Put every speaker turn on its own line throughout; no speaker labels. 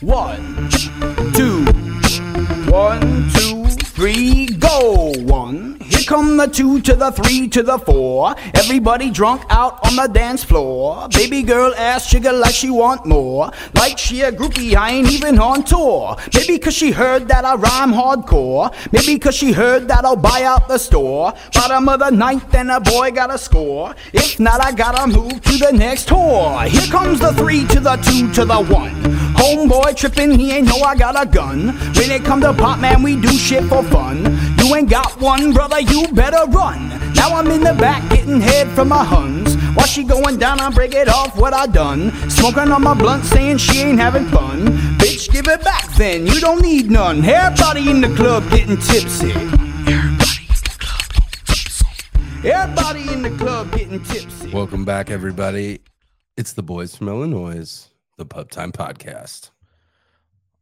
One, ch- two, ch- one, two, three, go. One, here come the two to the three to the four. Everybody drunk out on the dance floor. Baby girl ass sugar like she want more. Like she a groupie, I ain't even on tour. Maybe cause she heard that I rhyme hardcore. Maybe cause she heard that I'll buy out the store. Bottom of the ninth and a boy gotta score. If not, I gotta move to the next whore. Here comes the three to the two to the one. Homeboy trippin', he ain't know I got a gun. When it come to pop, man, we do shit for fun. You ain't got one, brother, you better run. Now I'm in the back gettin' head from my huns. While she goin' down, I break it off what I done. Smokin' on my blunt, saying she ain't having fun. Bitch, give it back then, you don't need none. Everybody in the club gettin' tipsy. Everybody in the club gettin' tipsy.
Welcome back, everybody. It's the boys from Illinois, the Pub Time Podcast.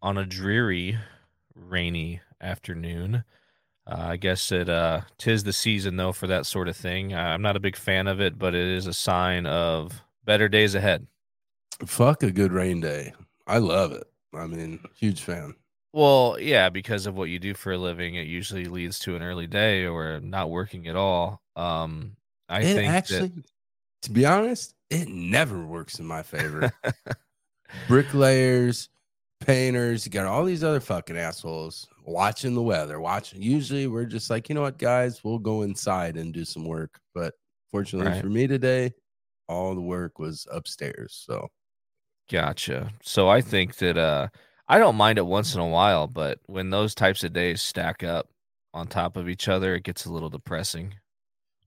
on a dreary, rainy afternoon. Uh, I guess it uh, tis the season though for that sort of thing. Uh, I'm not a big fan of it, but it is a sign of better days ahead.
Fuck a good rain day. I love it. I mean, huge fan.
Well, yeah, because of what you do for a living, it usually leads to an early day or not working at all. Um, I
it
think that-
actually, to be honest, it never works in my favor. Bricklayers, painters, you got all these other fucking assholes watching the weather, watching. Usually we're just like, you know what, guys, we'll go inside and do some work. But fortunately
Right.
for me today, all the work was upstairs. So
Gotcha. So I think that uh I don't mind it once in a while, but when those types of days stack up on top of each other, it gets a little depressing.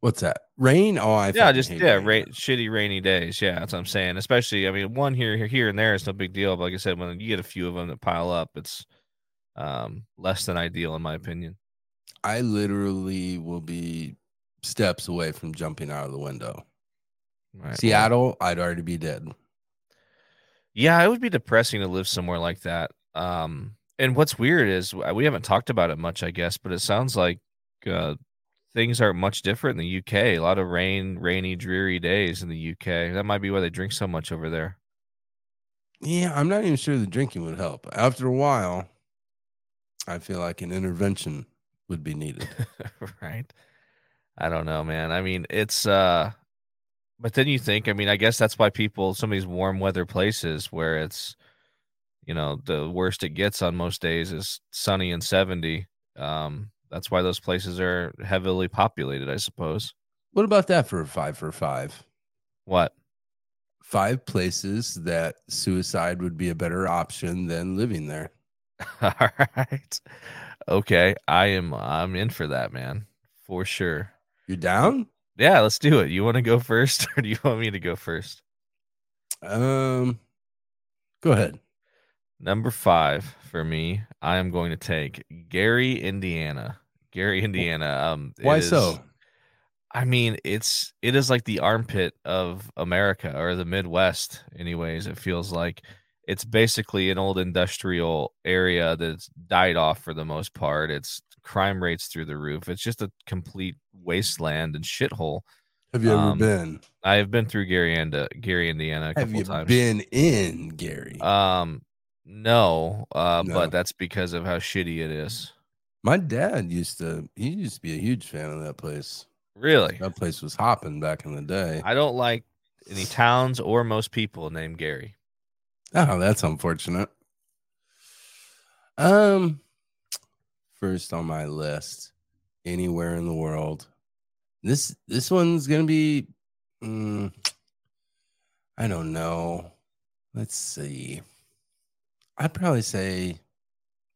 what's that? Rain? Oh, I
yeah,
fucking
just
hate
yeah,
rain.
ra- shitty rainy days. Yeah, that's what I'm saying. Especially, I mean, one here, here, here, and there is no big deal. But like I said, when you get a few of them that pile up, it's um less than ideal, in my opinion.
I literally will be steps away from jumping out of the window.
Right.
Seattle, I'd already be dead.
Yeah, it would be depressing to live somewhere like that. Um, and what's weird is w- we haven't talked about it much, I guess, but it sounds like uh, things aren't much different in the UK. A lot of rain, rainy, dreary days in the UK. That might be why they drink so much over there.
Yeah, I'm not even sure the drinking would help. After a while, I feel like an intervention would be needed.
right? I don't know, man. I mean, it's uh but then you think, I mean, I guess that's why people some of these warm weather places where it's you know, the worst it gets on most days is sunny and 70. Um that's why those places are heavily populated, I suppose.
what about that for a five for five?
What?
Five places that suicide would be a better option than living there.
All right. Okay, I am I'm in for that, man. For sure.
You're down?
Yeah, let's do it. You want to go first or do you want me to go first?
Um, go ahead.
Number five for me, I am going to take Gary, Indiana. Gary, Indiana. Um, it
Why
is-
so?
I mean, it's it is like the armpit of America or the Midwest, anyways. It feels like it's basically an old industrial area that's died off for the most part. It's crime rates through the roof. It's just a complete wasteland and shithole.
Have you ever
um,
been?
I have been through Gary, and uh, Gary, Indiana, a couple
Have you
times.
been in Gary?
Um, no, uh,
No.
but that's because of how shitty it is.
My dad used to he used to be a huge fan of that place.
Really,
That place was hopping back in the day.
I don't like any towns or most people named Gary.
Oh, that's unfortunate. Um first on my list anywhere in the world. This this one's going to be mm, I don't know. Let's see. I'd probably say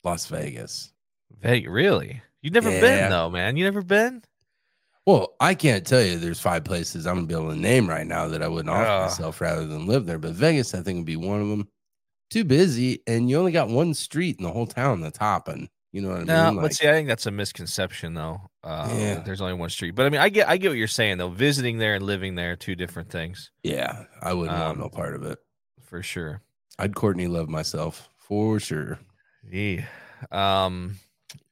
Las Vegas.
Hey, really? You've never
Yeah.
been though, man. You never been?
Well, I can't tell you there's five places I'm gonna be able to name right now that I wouldn't off
Ah.
myself rather than live there. But Vegas, I think, would be one of them. Too busy, and you only got one street in the whole town that's hopping. You know what I
No,
mean?
but see, I think that's a misconception though. Uh,
Yeah.
that There's only one street, but I mean, I get, I get what you're saying though. Visiting there and living there, are two different things
yeah, I wouldn't want
Um,
no part of it.
for sure.
I'd Courtney love myself for sure.
Yeah. Um,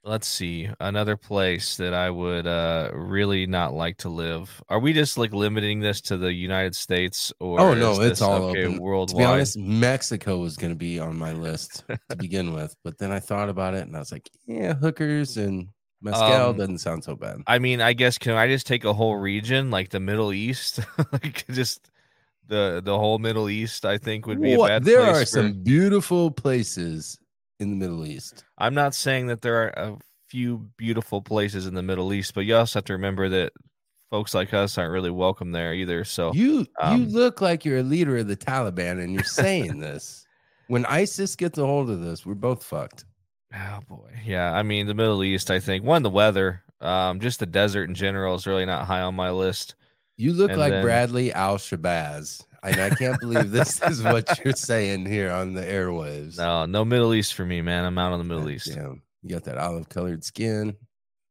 Let's see. Another place that I would uh really not like to live. Are we just like limiting this to the United States or
Oh, no,
is
it's
this-
all
okay
open. To
worldwide?
be honest, Mexico was going to be on my list to begin with, but then I thought about it and I was like, yeah, hookers and mezcal
Um,
doesn't sound so bad.
I mean, I guess can I just take a whole region like the Middle East? like just the the whole Middle East, I think would be
What?
a bad
there
place
are
for-
some beautiful places in the Middle East.
I'm not saying that there are a few beautiful places in the Middle East, but you also have to remember that folks like us aren't really welcome there either. So
You you
um,
look like you're a leader of the Taliban and you're saying this. When ISIS gets a hold of this, we're both fucked.
Oh boy, yeah. I mean, the Middle East. I think one, the weather, um, just the desert in general is really not high on my list.
You look
And
like
then-
Bradley Al Shabazz. And I can't believe this is what you're saying here on the airwaves.
No, no Middle East for me, man. I'm out on the Middle
God
East.
damn, You got that olive colored skin.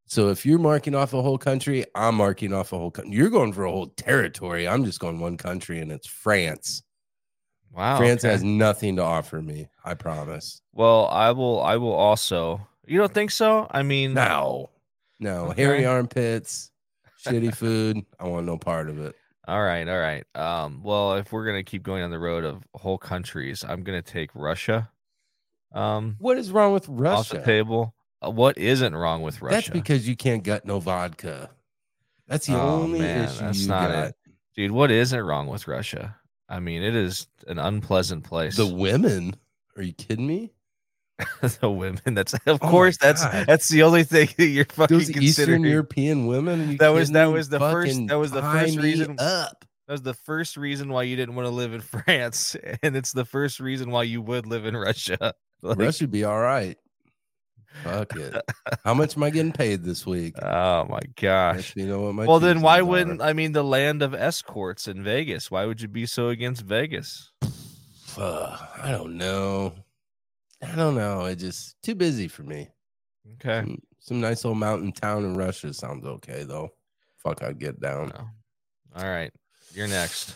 So if you're marking off a whole country, I'm marking off a whole country. You're going for a whole territory. I'm just going one country and it's France.
Wow,
France
Oh, okay.
has nothing to offer me. I promise.
Well, I will. I will also. You don't think so? I mean,
No, no.
Okay.
Hairy armpits, shitty food. I want no part of it.
All right, all right. Um, well, if we're gonna keep going on the road of whole countries, I'm gonna take Russia. Um,
What is wrong with
off the
Russia?
table. Uh, What isn't wrong with Russia?
That's because you can't gut no vodka. That's the
Oh,
only
man,
issue
that's
you
not
got.
it. dude what isn't wrong with russia i mean it is an unpleasant place
The women. Are you kidding me?
the women that's of
Oh my
course that's
God.
that's the only thing that you're fucking
Those
considering
Eastern European women. are you
That was-
kidding
that
me?
was the first-
Fucking
that was the
tie
first
me
reason-
Up.
that was the first reason why you didn't want to live in france and it's the first reason why you would live in russia Like,
Russia be all right. Fuck it. How much am I getting paid this week?
oh my gosh
Let me know what my
well then why
Tuesdays are.
wouldn't i mean the land of escorts in vegas why would you be so against vegas
Fuck, I don't know. I don't know. It just too busy for me.
okay
Some, some nice old mountain town in Russia sounds okay though. Fuck, I'd get down.
No. all right you're next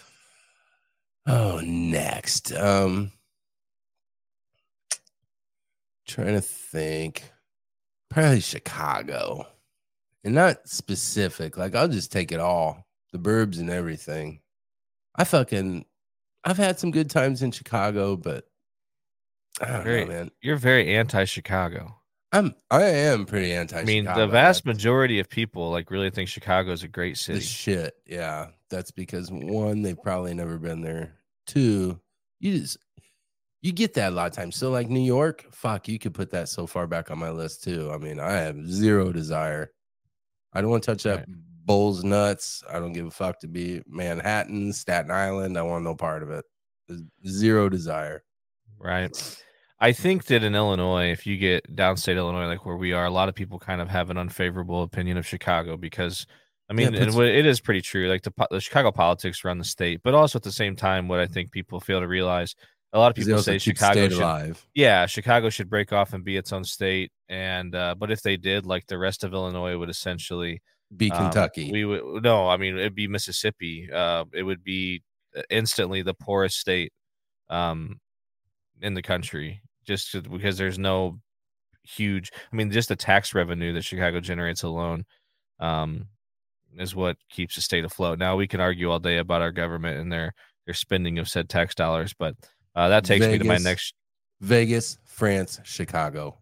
Oh, next. Um trying to think. Probably Chicago. And not specific. Like I'll just take it all. The burbs and everything. I fucking I've had some good times in Chicago, but I don't
Great.
know, man.
you're very anti-chicago
I'm I am pretty anti
I mean, the vast majority of people like really think Chicago is a great
the
city.
shit. Yeah, that's because one, they've probably never been there. Two, you just you get that a lot of times. So like New York, fuck, you could put that so far back on my list too. I mean, I have zero desire. I don't want to touch that
Right.
bull's nuts. I don't give a fuck to be Manhattan, Staten Island. I want no part of it. Zero desire.
right. I think that in Illinois, if you get downstate Illinois, like where we are, a lot of people kind of have an unfavorable opinion of Chicago because, I
Yeah, it
mean, and
puts-
what- it is pretty true. Like the, po- the Chicago politics run the state, but also at the same time, what I think people fail to realize, a lot of
'Cause they
people
also
say
keep
Chicago
state
should
alive.
yeah, Chicago should break off and be its own state. And uh, but if they did, like the rest of Illinois would essentially
Be
um,
Kentucky.
we would no, I mean it'd be Mississippi. Uh, it would be uh, instantly the poorest state um, in the country, just 'cause- because there's no huge. I mean, just the tax revenue that Chicago generates alone um, is what keeps the state afloat. Now we can argue all day about our government and their their spending of said tax dollars, but uh, that takes me to my
Vegas.
next
Vegas, France, Chicago.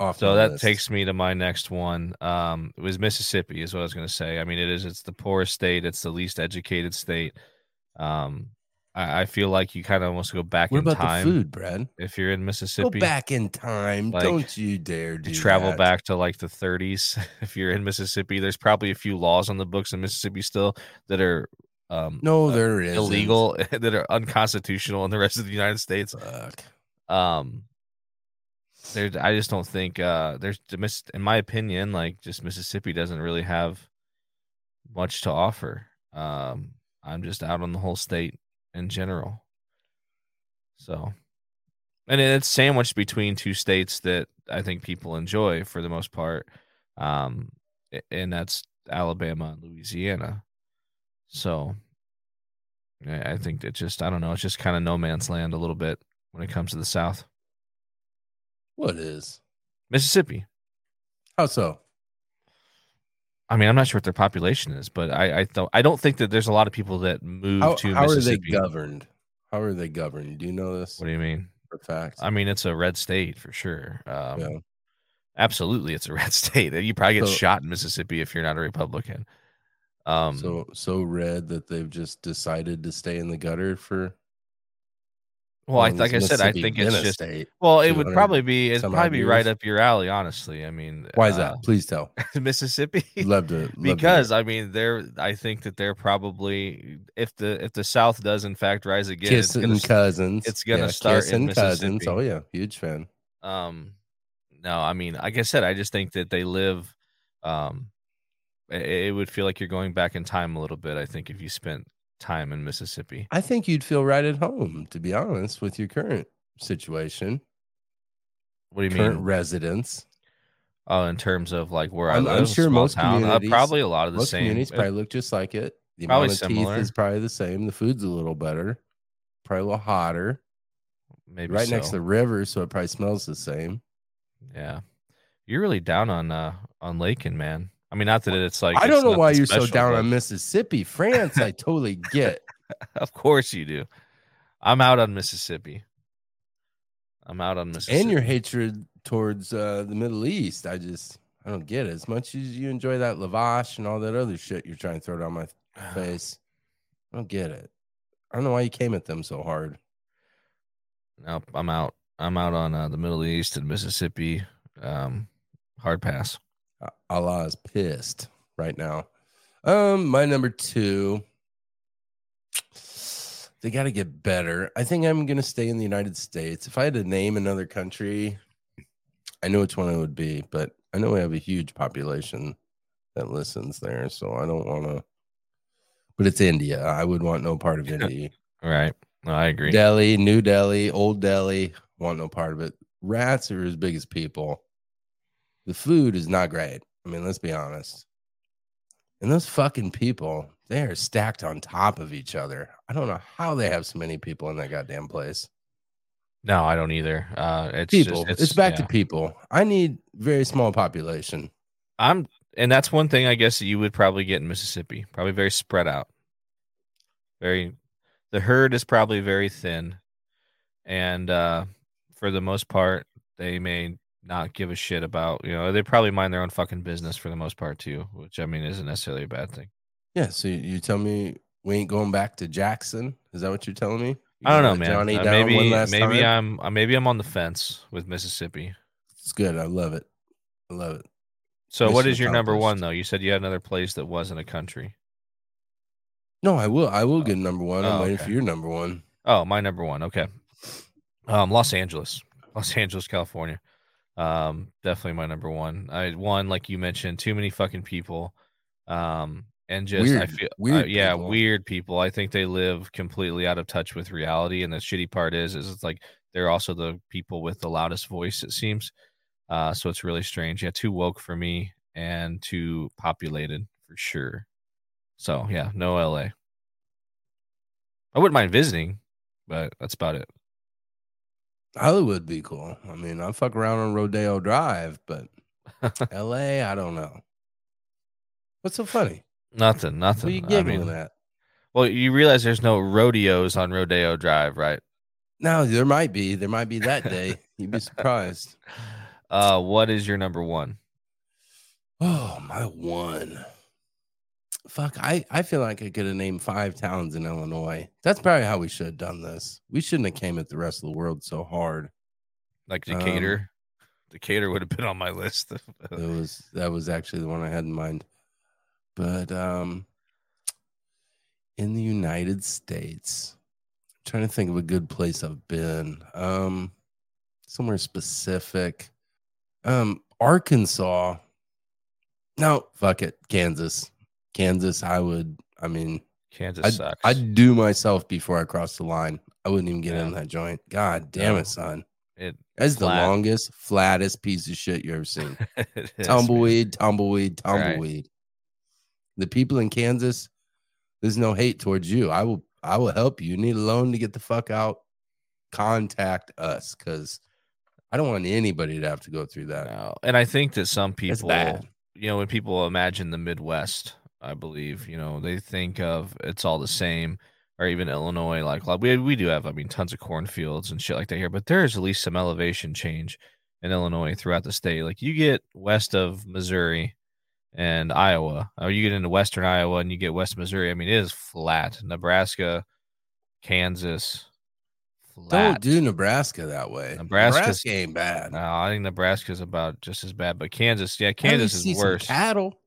Off
So
my
that
list.
takes me to my next one. Um, it was Mississippi, is what I was going to say. I mean, it is. It's the poorest state. It's the least educated state. Um, I, I feel like you kind of almost go back
What
in
about
time
the food, Brad?
if you're in Mississippi.
Go back in time.
Like,
Don't you dare
to
do
travel
that.
back to like the 30s if you're in mississippi there's probably a few laws on the books in mississippi still that are um
No,
uh,
there is
illegal that are unconstitutional in the rest of the united states
Fuck.
um there i just don't think uh there's the Miss- in my opinion like just mississippi doesn't really have much to offer um i'm just out on the whole state in general so and it's sandwiched between two states that i think people enjoy for the most part um a- and that's alabama and louisiana so i I think it just i don't know it's just kind of no man's land a little bit when it comes to the South.
What is?
Mississippi.
How so?
I mean, I'm not sure what their population is, but I I, th- I don't think that there's a lot of people that move
How,
to
how are they
Mississippi.
governed? How are they governed? Do you know this
what do you mean?
for a fact?
I mean, it's a red state for sure. Um,
Yeah.
Absolutely, it's a red state. You probably get
So-
shot in Mississippi if you're not a Republican. Um,
so so red that they've just decided to stay in the gutter for.
well, I,
long
like I
as
said, I
Mississippi
think
been
it's
a
just uh,
state.
well, it would
200
probably be it'd
some
probably
odd
be right
years.
up your alley, honestly. I mean,
Why is
uh,
that? Please tell.
Mississippi?
Love to love to hear.
because I mean, they're I think that they're probably if the if the South does in fact rise again, it's
kissing
gonna,
cousins.
it's gonna start in Mississippi.
Oh yeah, huge fan.
um, no, I mean, like I said, I just think that they live. Um, i- it, would feel like you're going back in time a little bit. I think if you spent time in Mississippi,
I think you'd feel right at home, to be honest, with your current situation,
what do you
current
mean?
residence.
Oh, in terms of like where
I'm-
I
I'm
live,
sure
small
most
town, uh,
communities-
probably a lot of the
Most
same.
communities
it-
probably look just like it. The
Probably
amount of
similar.
teeth is probably the same. The food's a little better, probably a little hotter.
maybe
right next to
so.
the river, so it probably smells the same.
Yeah, you're really down on uh on Lakin, man. I mean, not that it's like
I
it's
don't know
nothing
why you're so
special,
down
but-
on Mississippi, France. I totally get.
of course you do. I'm out on Mississippi. I'm out on Mississippi.
and your hatred towards uh, the Middle East. I just I don't get it. As much as you enjoy that lavash and all that other shit you're trying to throw down my face, I don't get it. I don't know why you came at them so hard.
Nope, I'm out. I'm out on uh, the Middle East and Mississippi. Um, hard pass.
A- Allah is pissed right now. Um, my number two. They got to get better. I think I'm going to stay in the United States. If I had to name another country, I know which one it would be, but I know we have a huge population that listens there, so I don't want to. But it's India. I would want no part of India.
All right. No, I agree.
Delhi, New Delhi, Old Delhi, want no part of it. Rats are as big as people. The food is not great. I mean, let's be honest. And those fucking people, they are stacked on top of each other. I don't know how they have so many people in that goddamn place.
No, I don't either. Uh, it's
People,
Just,
it's, back
yeah.
to people. I need very small population.
I'm, and that's one thing I guess that you would probably get in Mississippi. Probably very spread out. Very, the herd is probably very thin, and uh, for the most part, they may not give a shit about you know they probably mind their own fucking business for the most part too, which I mean isn't necessarily a bad thing.
Yeah. So you- you tell me we ain't going back to Jackson? Is that what you're telling me? You
I don't know,
gonna let Johnny
man. Uh,
down
maybe
one last
maybe
time?
I'm uh, maybe I'm on the fence with Mississippi.
It's good. I love it. I love it.
So what
Mission
is your number one
accomplished.
though? You said you had another place that wasn't a country.
No, I will. I will
Oh.
get number one. I'm
Oh,
waiting
okay.
for your number one.
Oh, my number one. Okay. Um, Los Angeles, Los Angeles, California. Um, definitely my number one. I one like you mentioned, too many fucking people. Um, and just I
Weird-
feel uh,
weird
yeah,
people.
weird people. I think they live completely out of touch with reality. And the shitty part is, is it's like they're also the people with the loudest voice. It seems. Uh, so it's really strange. Yeah, too woke for me and too populated for sure. So yeah, no LA. I wouldn't mind visiting, but that's about it.
Hollywood be cool. I mean, I fuck around on Rodeo Drive, but L.A. I don't know. What's so funny?
Nothing,
What are you
nothing. I
giggling
mean,
at?
well, you realize there's no rodeos on Rodeo Drive, right?
No, there might be. There might be that day. You'd be surprised.
Uh, what is your number one?
Oh my one. Fuck, I, I feel like I could have named five towns in Illinois. That's probably how we should have done this. We shouldn't have came at the rest of the world so hard.
Like
Um,
Decatur. Decatur would have been on my list.
That was that was actually the one I had in mind. But um in the United States, I'm trying to think of a good place I've been. Um somewhere specific. Um Arkansas. No, fuck it. Kansas. Kansas, I would I mean
Kansas
I'd,
sucks.
I'd do myself before I cross the line. I wouldn't even get
Yeah.
in that joint. God damn
No.
it, son.
It-
That's
flat.
the longest, flattest piece of shit you ever seen.
It is, man.
tumbleweed, tumbleweed,
Right.
tumbleweed. The people in Kansas, there's no hate towards you. I will I will help you. You need a loan to get the fuck out. Contact us because I don't want anybody to have to go through that.
No. And I think that some people,
bad.
you know, when people imagine the Midwest, I believe, you know, they think of it's all the same, or even Illinois. Like, like we we do have, I mean, tons of cornfields and shit like that here, but there is at least some elevation change in Illinois throughout the state. Like, you get west of Missouri and Iowa, or you get into western Iowa and you get west Missouri. I mean, it is flat. Nebraska, Kansas,
Don't
flat.
do Nebraska that way.
Nebraska's-
Nebraska ain't bad.
No, I think Nebraska's about just as bad, but Kansas, yeah,
At least
Kansas
see
is
some
worse.
Cattle.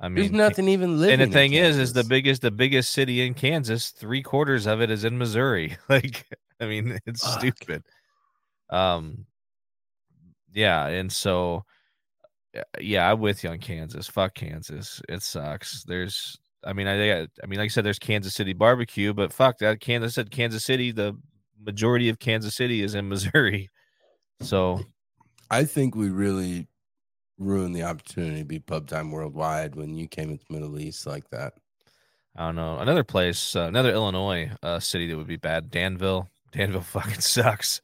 I mean,
There's nothing even living.
And the
in
thing is, is the
Kansas.
biggest, the biggest city in Kansas, three quarters of it is in Missouri. Like, I mean, it's
Fuck.
stupid. Um, yeah, and so, uh, yeah, I'm with you on Kansas. Fuck Kansas, it sucks. There's, I mean, I, I I mean, like I said, there's Kansas City barbecue, but fuck that. Kansas said Kansas City. The majority of Kansas City is in Missouri. So
I think we really ruined the opportunity to be pub time worldwide when you came into the Middle East like that.
I don't know. Another place, uh, another Illinois uh, city that would be bad. Danville. Danville fucking sucks.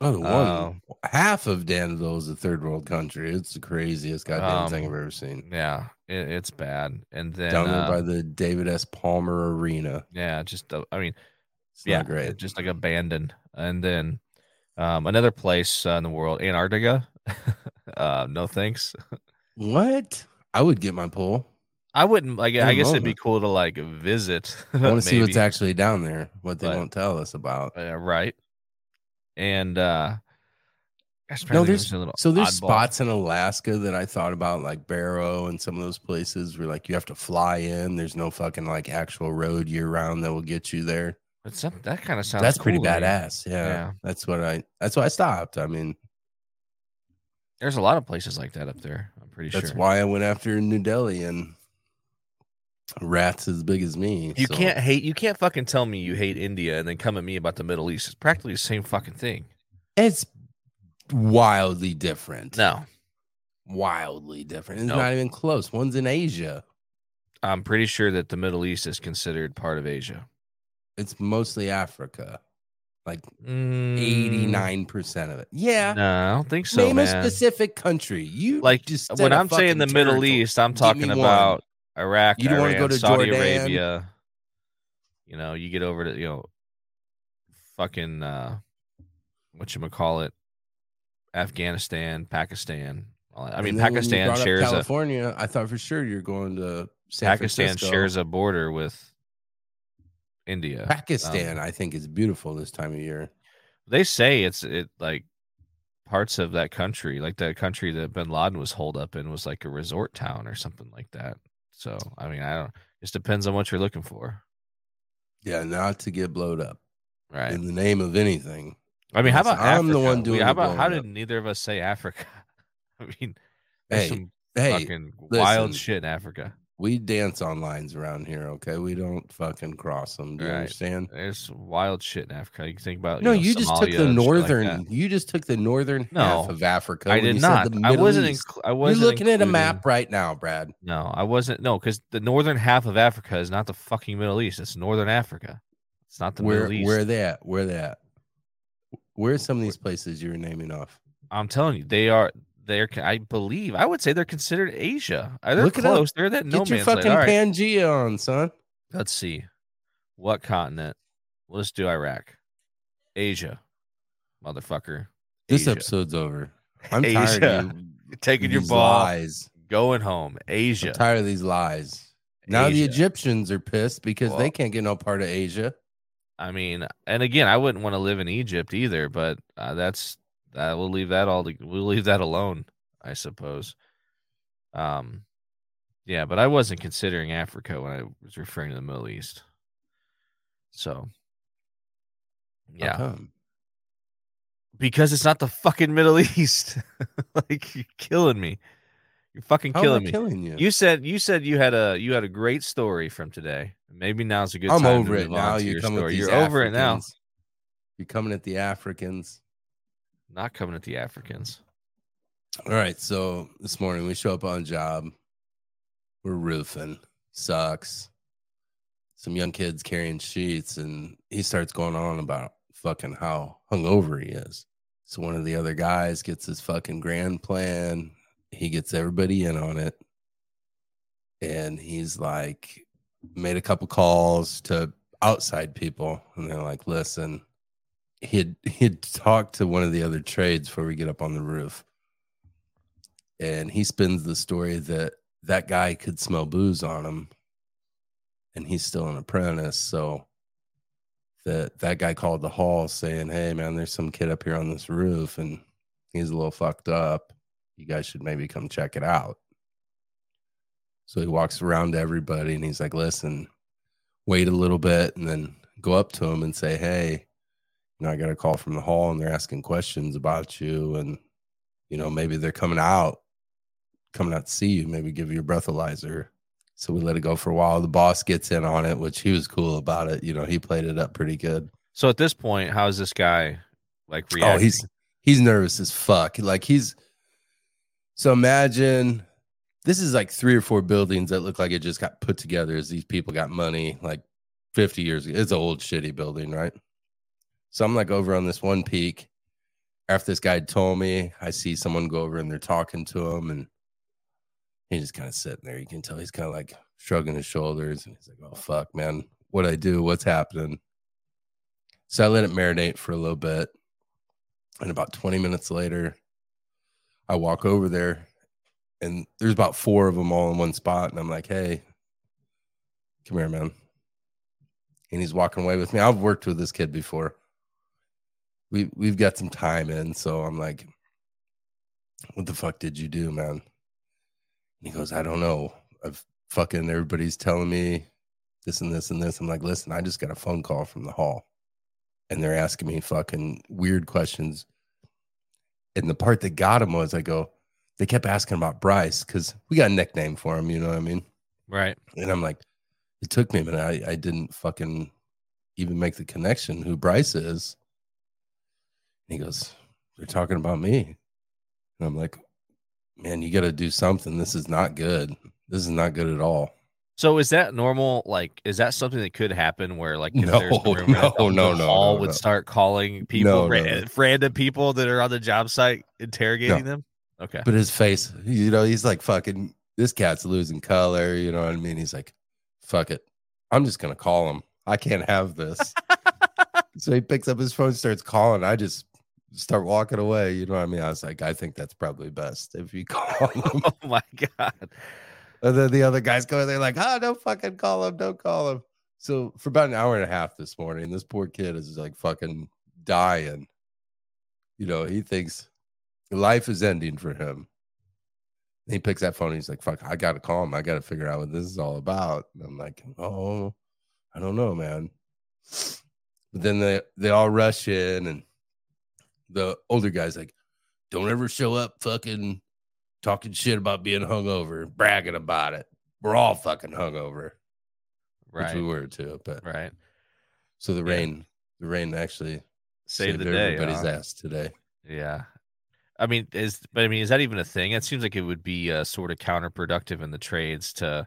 Oh, the one
Oh.
half of Danville is a third world country. It's the craziest goddamn
Um,
thing I've ever seen.
Yeah, it, it's bad. And then,
Down there
uh,
by the David S. Palmer Arena.
yeah, just uh, I mean,
It's
yeah,
not great.
just like abandoned. And then um, another place uh, in the world, Antarctica. uh, no thanks.
What? I would get my pool.
I wouldn't. Like, I
Good
guess it'd be
moment.
cool to like visit.
I want to see what's
maybe.
actually down there, what they
But-
won't tell us about.
uh, right. And uh, gosh, trying to
No,
think of
there's
just a little
so there's
oddball-
spots in Alaska that I thought about, like Barrow and some of those places where like you have to fly in. There's no fucking like actual road year round that will get you there.
But some, that kind of sounds
that's pretty
cool to me.
badass. Yeah,
Yeah.
that's what I. That's why I stopped. I mean,
There's a lot of places like that up there. I'm pretty
that's
sure.
why I went after New Delhi and rats as big as me.
You
so-
can't hate. You can't fucking tell me you hate India and then come at me about the Middle East. It's practically the same fucking thing.
It's wildly different.
No,
wildly different. It's
No.
not even close. One's in Asia.
I'm pretty sure that the Middle East is considered part of Asia.
It's mostly Africa, like
Mm,
eighty nine percent of it. Yeah.
No, I don't think so,
Name a
man.
specific country. You
Like
just said
when
a
I'm saying
fucking
the Middle
territory.
East, I'm
Give
talking
me one.
about Iraq,
You don't wanna
Iran,
go to
Saudi
Jordan.
Arabia. You know, you get over to you know, fucking uh, what you call it, Afghanistan, Pakistan. all that. I mean,
And then when you
Pakistan
brought up
shares a
California. I thought for sure you're going to San
Pakistan
Francisco.
shares a border with India.
Pakistan.
Um,
I think is beautiful this time of year.
They say it's it like parts of that country, like the country that Bin Laden was holed up in, was like a resort town or something like that. So I mean, I don't. Just depends on what you're looking for,
Yeah, not to get blowed up
right?
in the name of anything.
I mean, how
Listen,
about
I'm the
Africa?
one
We-
doing
How
the
about how
blowing
did neither of us say Africa? I mean, there's
Hey,
some
hey,
fucking wild
listen.
shit in Africa.
we dance on lines around here. Okay, we don't fucking cross them. Do you
Right.
understand?
There's wild shit in Africa. You can think about
No,
know,
you just
Somalia
took the
and shit like
northern.
that.
you just took the northern half
No,
of Africa.
I
when
did
you said
not.
the
I
Middle
wasn't.
East.
inclu- I
You're
wasn't.
looking at a
including-
map right now, Brad.
No, I wasn't. No, because the northern half of Africa is not the fucking Middle East. It's northern Africa. It's not the
where
Middle East.
where they at? Where they at? Where are some of these places you were naming off?
I'm telling you, they are. They're. I believe. I would say they're considered Asia. Uh, They're
Look it up.
close. They're that no
Get your
man's land.
fucking
All right,
Pangea on, son.
Let's see. What continent? We'll just do Iraq. Asia, motherfucker.
This
Asia.
episode's over. I'm tired
Asia.
of you-
Taking your
these
ball,
lies.
going home.
I'm
Asia.
tired of these lies. Now the
Asia.
Egyptians are pissed because
Well-
they can't get no part of Asia.
I mean, and again, I wouldn't want to live in Egypt either, but uh, that's uh, we'll leave that all to, we'll leave that alone, I suppose. Um, yeah, but I wasn't considering Africa when I was referring to the Middle East. So,
How
yeah,
come?
because it's not the fucking Middle East. like you're killing me. You're fucking
How am I
killing me.
killing you.
You said you said you had a you had a great story from today. Maybe now's a good
I'm
time
over
to
it
move on
now.
to
You're
your
coming. At
story.
these
You're over it now.
Africans. You're coming at the Africans.
Not coming at the Africans.
All right. So this morning we show up on job. We're roofing. Sucks. Some young kids carrying sheets, and he starts going on about fucking how hungover he is. So one of the other guys gets his fucking grand plan. He gets everybody in on it. And he's like, made a couple calls to outside people. And they're like, listen, he'd, he'd talked to one of the other trades before we get up on the roof. And he spins the story that that guy could smell booze on him. And he's still an apprentice. So that that guy called the hall saying, "Hey man, there's some kid up here on this roof and he's a little fucked up. You guys should maybe come check it out." So he walks around to everybody and he's like, "Listen, wait a little bit and then go up to him and say, "Hey, you know, I got a call from the hall and they're asking questions about you and you know, maybe they're coming out coming out to see you, maybe give you a breathalyzer." So we let it go for a while. The boss gets in on it, which he was cool about it. You know, he played it up pretty good.
So at this point, how is this guy like
Oh,
reacting?
he's he's nervous as fuck. Like he's so imagine this is like three or four buildings that look like it just got put together as these people got money like 50 years ago. It's an old shitty building, right? So I'm like over on this one peak. After this guy told me, I see someone go over and they're talking to him and he's just kind of sitting there. You can tell he's kind of like shrugging his shoulders and he's like, Oh fuck, man, what I do? What's happening? So I let it marinate for a little bit. And about 20 minutes later, I walk over there and there's about four of them all in one spot. And I'm like, hey, come here, man. And he's walking away with me. I've worked with this kid before. We we've got some time in. So I'm like, what the fuck did you do, man? And he goes, I don't know. I've fucking everybody's telling me this and this and this. I'm like, listen, I just got a phone call from the hall and they're asking me fucking weird questions. And the part that got him was I go, they kept asking about Bryce because we got a nickname for him, you know what I mean?
right.
And I'm like, it took me a minute. I, I didn't fucking even make the connection who Bryce is. And he goes, They're talking about me. And I'm like, Man, you got to do something. This is not good. This is not good at all.
So is that normal? Like, is that something that could happen where, like, if
No,
there's a rumor that
no,
the
no, no,
hall
no,
would
no.
start calling people,
No,
ra-
no.
random people that are on the job site, interrogating
No.
them? Okay.
But his face, you know, he's like, fucking, this cat's losing color. You know what I mean? He's like, fuck it. I'm just going to call him. I can't have this. so he picks up his phone, starts calling. I just start walking away. You know what I mean? I was like, I think that's probably best if you call him.
oh my god.
and then the other guys go, they're like, ah, don't fucking call him. Don't call him. So for about an hour and a half this morning, this poor kid is like fucking dying. You know, he thinks life is ending for him. He picks that phone. And he's like, "Fuck, I gotta call him. I gotta figure out what this is all about." And I'm like, "Oh, I don't know, man." But then they they all rush in, and the older guy's like, "Don't ever show up, fucking talking shit about being hungover, bragging about it. We're all fucking hungover, which
Right.
we were too." But
Right.
so the
Yeah.
rain, the rain actually
Save
saved
the day.
everybody's
huh?
ass today.
Yeah. I mean, is but I mean, is that even a thing? It seems like it would be uh, sort of counterproductive in the trades to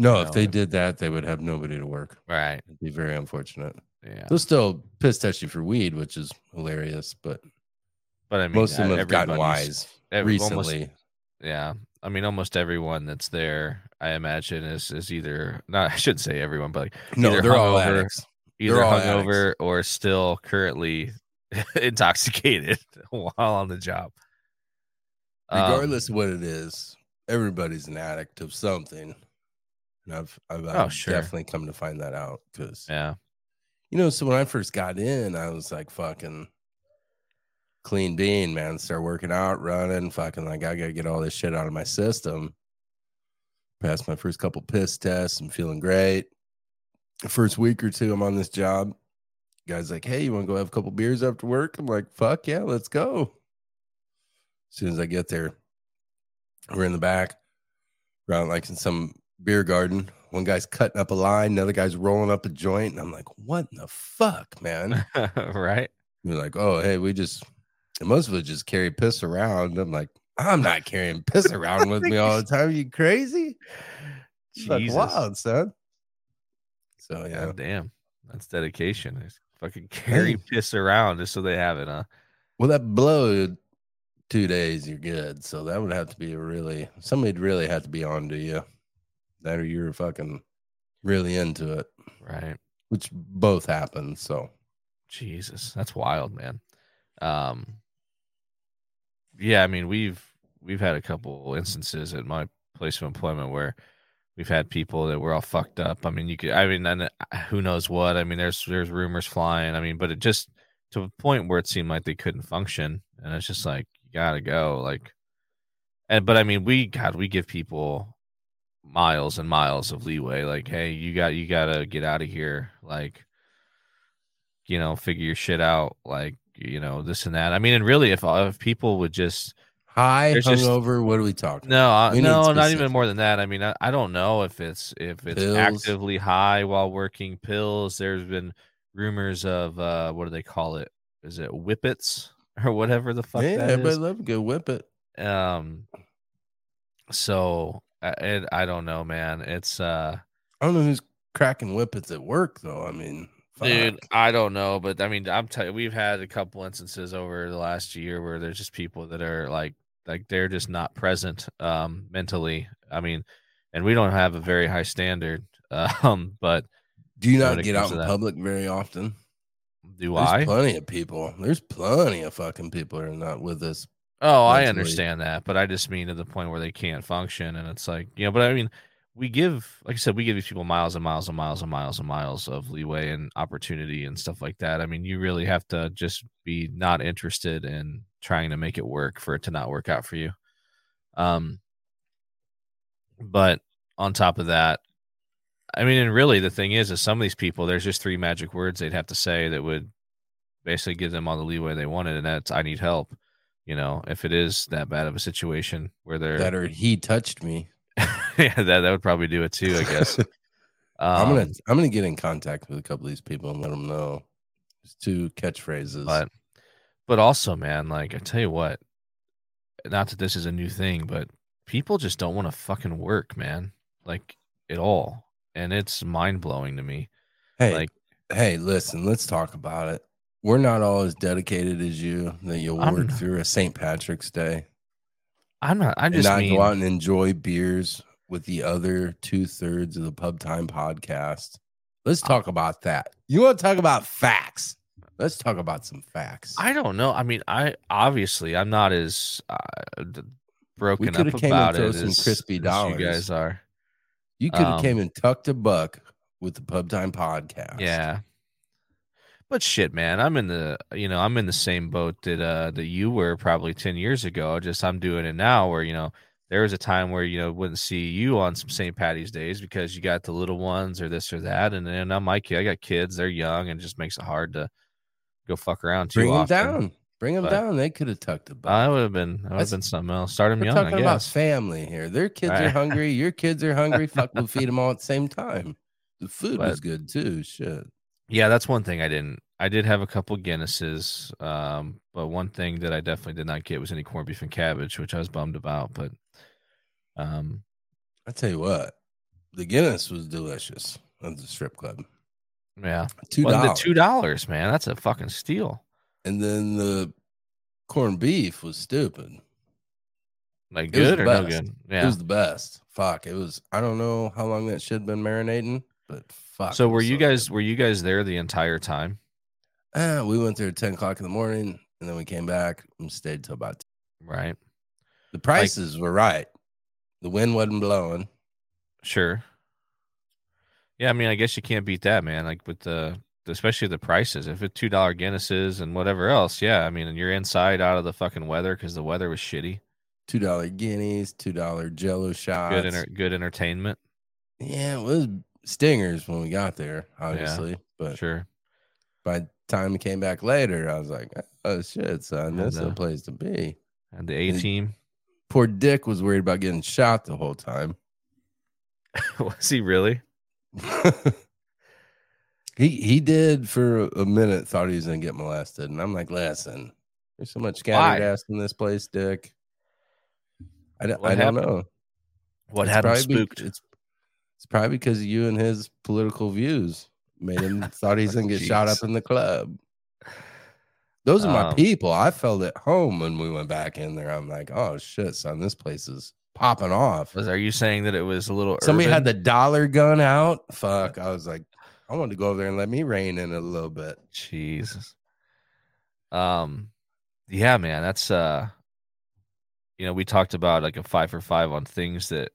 No,
No,
if they
if-
did that, they would have nobody to work.
right.
It'd be very unfortunate.
Yeah.
They'll still piss test you for weed, which is hilarious, but
But I mean,
most of them
uh,
have gotten
everybody's-
wise
every- almost-
recently.
yeah. I mean, almost everyone that's there, I imagine, is is either not. I shouldn't say everyone, but like,
no,
either
they're all
hungover-
addicts. They're
either
all
hungover or still currently intoxicated while on the job. Um,
Regardless of what it is, everybody's an addict of something. And I've, I've,
Oh,
I've
sure.
definitely come to find that out because
yeah.
You know, so when I first got in, I was like fucking clean bean, man. Start working out, running, fucking like I gotta get all this shit out of my system. Passed my first couple piss tests. I'm feeling great. The first week or two, I'm on this job. Guy's like, hey, you wanna go have a couple beers after work? I'm like, fuck yeah, let's go. As soon as I get there, we're in the back, around like in some beer garden. One guy's cutting up a line, another guy's rolling up a joint, and I'm like, "What in the fuck, man?"
right.
You're like, "Oh, hey, we just and most of us just carry piss around." I'm like, "I'm not carrying piss around with me all the time. You crazy? It's like
Jesus.
wild, son." So yeah,
God damn, that's dedication. It's fucking carry piss around just so they have it, huh?
Well, that blow two days, you're good. So that would have to be a really somebody'd really have to be on to you. That or you're fucking really into it,
Right.
which both happen. So
Jesus, that's wild, man. Um, yeah, I mean we've we've had a couple instances at my place of employment where we've had people that were all fucked up. I mean, you could, I mean, and uh, who knows what? I mean, there's there's rumors flying. I mean, but it just to a point where it seemed like they couldn't function, and it's just like you gotta go, like. And but I mean, we God, we give people miles and miles of leeway. Like, hey, you got you gotta get out of here, like you know, figure your shit out, like you know, this and that. I mean, and really, if uh, if people would just
high
There's just-
hungover, what are we talking?
no, I,
We need
no, not even
specific.
more than that. I mean, I, I don't know if it's if it's
Pills.
actively high while working pills. There's been rumors of uh, what do they call it? Is it whippets or whatever the fuck
yeah,
that
everybody
is?
love a good whip it.
Um, so I, it, I don't know, man. It's uh.
I don't know who's cracking whippets at work though. I mean, fuck.
Dude, I don't know, but I mean, I'm telling we've had a couple instances over the last year where there's just people that are like, like they're just not present um, mentally. I mean, and we don't have a very high standard. Um, but
do you
when
not
it
get
comes
out
to
in
that.
public very often?
do
There's
I?
plenty of people. There's plenty of fucking people that are not with us.
Oh, I
mentally.
understand that, but I just mean to the point where they can't function, and it's like, you know, but I mean, we give, like I said, we give these people miles and miles and miles and miles and miles of leeway and opportunity and stuff like that. I mean, you really have to just be not interested in trying to make it work for it to not work out for you. Um, but on top of that, I mean, and really the thing is, is some of these people, there's just three magic words they'd have to say that would basically give them all the leeway they wanted, and that's I need help. You know, if it is that bad of a situation where they're
That or he touched me.
yeah, that that would probably do it too, I guess. Um,
I'm gonna I'm gonna get in contact with a couple of these people and let them know. It's two catchphrases.
Um, but but also, man, like I tell you what, not that this is a new thing, but people just don't want to fucking work, man, like at all, and it's mind blowing to me.
hey,
like-
hey, listen, let's talk about it. We're not all as dedicated as you that you'll
I'm
work
not.
through a St. Patrick's Day
I'm not. I
and
just
not
mean,
go out and enjoy beers with the other two thirds of the Pub Time podcast. Let's
Oh.
talk about that. You want to talk about facts? Let's talk about some facts.
I don't know. I mean, I obviously I'm not as uh, d- broken up
coulda came and
about
throw
it
some
as,
crispy
as
dollars.
you guys are.
you could have
um,
came and tucked a buck with the Pub Time podcast.
Yeah. But shit, man, I'm in the you know I'm in the same boat that uh that you were probably ten years ago. Just I'm doing it now, where you know there was a time where you know wouldn't see you on some St. Patty's days because you got the little ones or this or that, and then now my kid, I got kids, they're young, and it just makes it hard to go fuck around too
bring them
often.
down. Bring them
but-
down. They could have tucked a buck.
I would have been that would have
That's-
been something else. Start them
We're
young, I
talking about
guess.
family here. Their kids are
Right.
hungry. Your kids are hungry. Fuck, we'll feed them all at the same time. The food was
But-
good too. Shit.
Yeah, that's one thing I didn't. I did have a couple Guinnesses, um, but one thing that I definitely did not get was any corned beef and cabbage, which I was bummed about. But um,
I tell you what, the Guinness was delicious at the strip club.
yeah,
Two
Well, the
dollars.
two dollars, man, that's a fucking steal.
and then the corned beef was stupid.
Like
It was
good
the
or no
best.
good? Yeah.
It was the best. Fuck. It was. I don't know how long that shit been marinating, but fuck.
so
it was
were you guys?
good.
Were you guys there the entire time?
Ah, we went there at ten o'clock in the morning, and then we came back and stayed till about. 10.
Right.
The prices were right. The wind wasn't blowing.
Sure. Yeah, I mean, I guess you can't beat that, man. Like with the especially the prices. If it's two dollar Guinnesses and whatever else, yeah, I mean, and you're inside out of the fucking weather because the weather was shitty.
two dollar guineas, two dollar Jello shots.
Good, enter- good entertainment.
yeah, it was stingers when we got there, obviously. But
Sure.
by the time we came back later, I was like, "Oh shit, son,
Yeah,
this is
the-
the place to be."
And the A team
Poor Dick was worried about getting shot the whole time.
was he really?
he he did for a minute thought he was gonna get molested, and I'm like, "Listen, there's so much scattered
Why?
ass in this place, Dick." I don't,
What
I don't
happened?
know.
What
It's
had him
probably be-
spooked?
it's it's probably because you and his political views made him thought he's gonna get shot up
Jeez.
in the club. Those are my
Um,
people. I felt at home when we went back in there. I'm like, oh shit, son, this place is popping off.
Was are you saying that it was a little?
Somebody had
urban?
the dollar gun out. Fuck. I was like, I wanted to go over there and let me rein in a little bit.
Jesus. Um, yeah, man, that's uh, you know, we talked about like a five for five on things that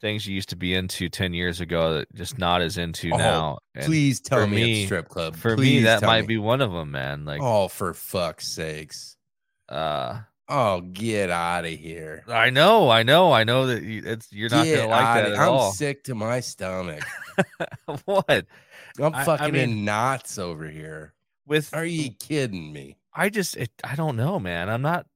things you used to be into ten years ago that just not as into
Oh,
now. And
Please tell
for
me, it's
me-
strip club.
for me,
Please
that
tell
might
me.
be one of them, man. Like,
oh, for fuck's sakes.
uh,
Oh, get out of here.
I know, I know, I know that you, it's you're not
Get
gonna like
outta-
that at
I'm
all.
sick to my stomach.
what
I'm
I- I
fucking in
mean-
knots over here.
with?
Are you kidding me?
I just, it, I don't know, man. I'm not.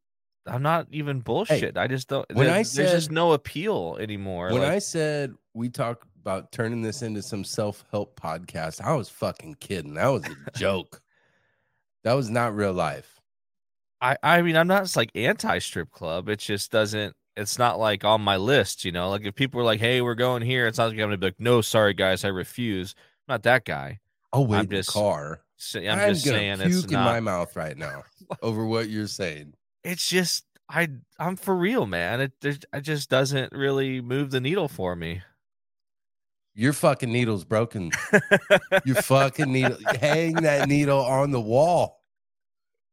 I'm not even bullshit. I just don't.
when
there-
I
there's just
said-
no appeal anymore.
When
like-
I said we talk about turning this into some self-help podcast, I was fucking kidding. That was a joke. That was not real life.
I I mean I'm not like anti strip club. It just doesn't. It's not like on my list, you know. Like if people were like, "Hey, we're going here," it's not like I'm gonna be like, "No, sorry guys, I refuse." I'm not that guy.
Oh, wait,
I'm
the
just-
car.
So I'm, just
gonna
saying
puke
it's
in my
not.
mouth right now over what you're saying.
It's just I I'm for real, man. It there's- it just doesn't really move the needle for me.
Your fucking needle's broken. Your fucking needle. Hang that needle on the wall.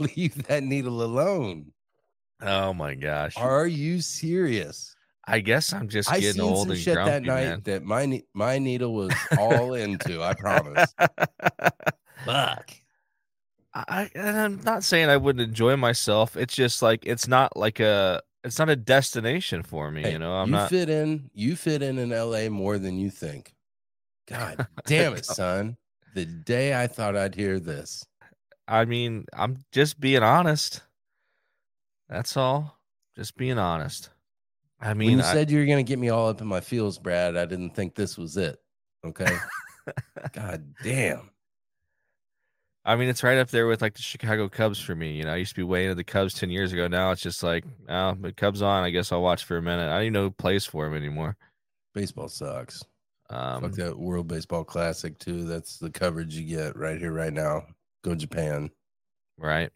Leave that needle alone.
oh my gosh.
Are you serious?
I guess I'm just
I
getting
seen
old
some
and
shit
grumpy,
that night
man.
that my ne- my needle was all into. I promise. Fuck.
I and I'm not saying I wouldn't enjoy myself. It's just like it's not like a it's not a destination for me.
Hey,
you know, I'm
you
not.
fit in. You fit in in L.A. more than you think. God damn it, son! The day I thought I'd hear this,
I mean, I'm just being honest. That's all. Just being honest. I
when
mean,
you
I,
said you were gonna get me all up in my feels, Brad, I didn't think this was it. Okay. God damn.
I mean, it's right up there with like the Chicago Cubs for me. You know, I used to be way into the Cubs ten years ago. Now it's just like, oh, the Cubs on. I guess I'll watch for a minute. I don't even know who plays for him anymore.
Baseball sucks.
Um,
Fuck that World Baseball Classic too. That's the coverage you get right here, right now. Go Japan.
right?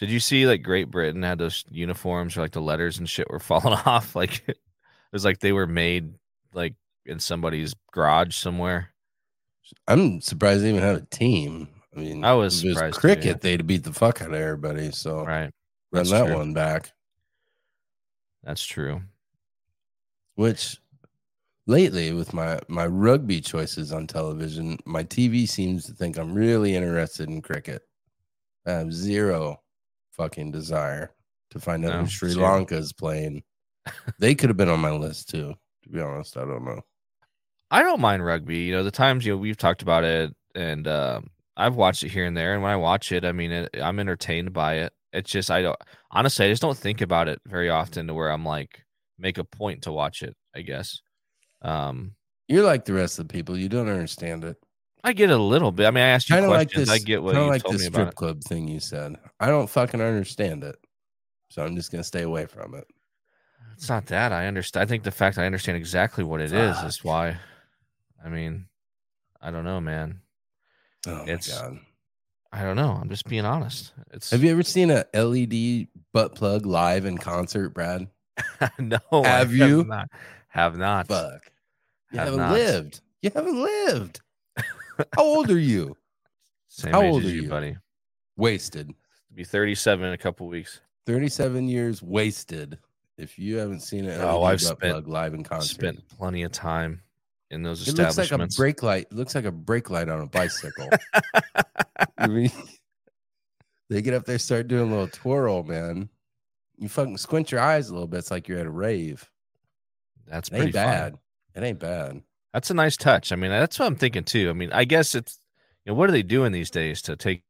Did you see like Great Britain had those uniforms where like the letters and shit were falling off? Like it was like they were made like in somebody's garage somewhere.
I'm surprised they even had a team. I mean,
I was
if it
surprised too,
cricket.
yeah.
They'd beat the fuck out of everybody. So
Right.
run
that's
that
true.
one back.
That's true.
Which lately, with my my rugby choices on television, my TV seems to think I'm really interested in cricket. I have zero fucking desire to find out
No,
who Sri
zero.
Lanka is playing. they could have been on my list too. To be honest, I don't know.
I don't mind rugby. You know, the times you know we've talked about it, and uh, I've watched it here and there. And when I watch it, I mean, it, I'm entertained by it. It's just I don't honestly, I just don't think about it very often to where I'm like make a point to watch it. I guess. Um,
You're like the rest of the people. You don't understand it.
I get a little bit. I mean, I asked you
Kind of like
questions.
this.
I get what
kinda
you
like
told
this
me
strip
about. it.
club thing you said. I don't fucking understand it, so I'm just gonna stay away from it.
It's not that I understand. I think the fact I understand exactly what it is is
Fuck.
why. I mean, I don't know, man.
Oh
It's-
my god.
I don't know. I'm just being honest. It's
Have you ever seen a LED butt plug live in concert, Brad?
no. I
Have you?
not, have not.
Fuck. You
Have
haven't
not.
lived. You haven't lived. How old are you?
Same
How
age
old
as
are
you,
you?
buddy.
Wasted.
Be 37 in a couple weeks.
37 years wasted. If you haven't seen an LED
Oh, I've
butt
spent-
plug live in concert,
Spent plenty of time in those
Oh, it looks like a
establishments.
brake light. It looks like a brake light on a bicycle. I mean, they get up there, start doing a little twirl, man. You fucking squint your eyes a little bit. It's like you're at a rave.
That's
It ain't
pretty bad.
bad. It ain't bad.
That's a nice touch. I mean, that's what I'm thinking too. I mean, I guess it's you know what are they doing these days to take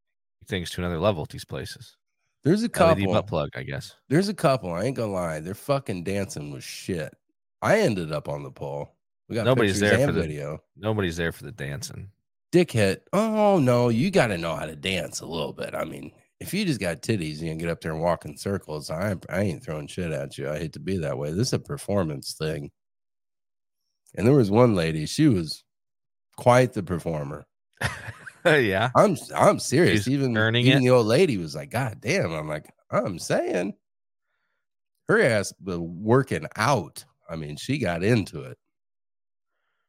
things to another level at these places?
There's a
LED
couple.
E butt plug, I guess.
There's a couple. I ain't gonna lie. They're fucking dancing with shit. I ended up on the pole. We got
Nobody's
pictures
there
and
for the-
video.
Nobody's there for the dancing.
Dickhead. Oh no, you got to know how to dance a little bit. I mean, if you just got titties and you get up there and walk in circles, I I ain't throwing shit at you. I hate to be that way. This is a performance thing. And there was one lady. She was quite the performer.
yeah.
I'm I'm serious.
She's
even
earning
even
it.
the old lady was like, God damn. I'm like, I'm saying her ass was working out. I mean, she got into it.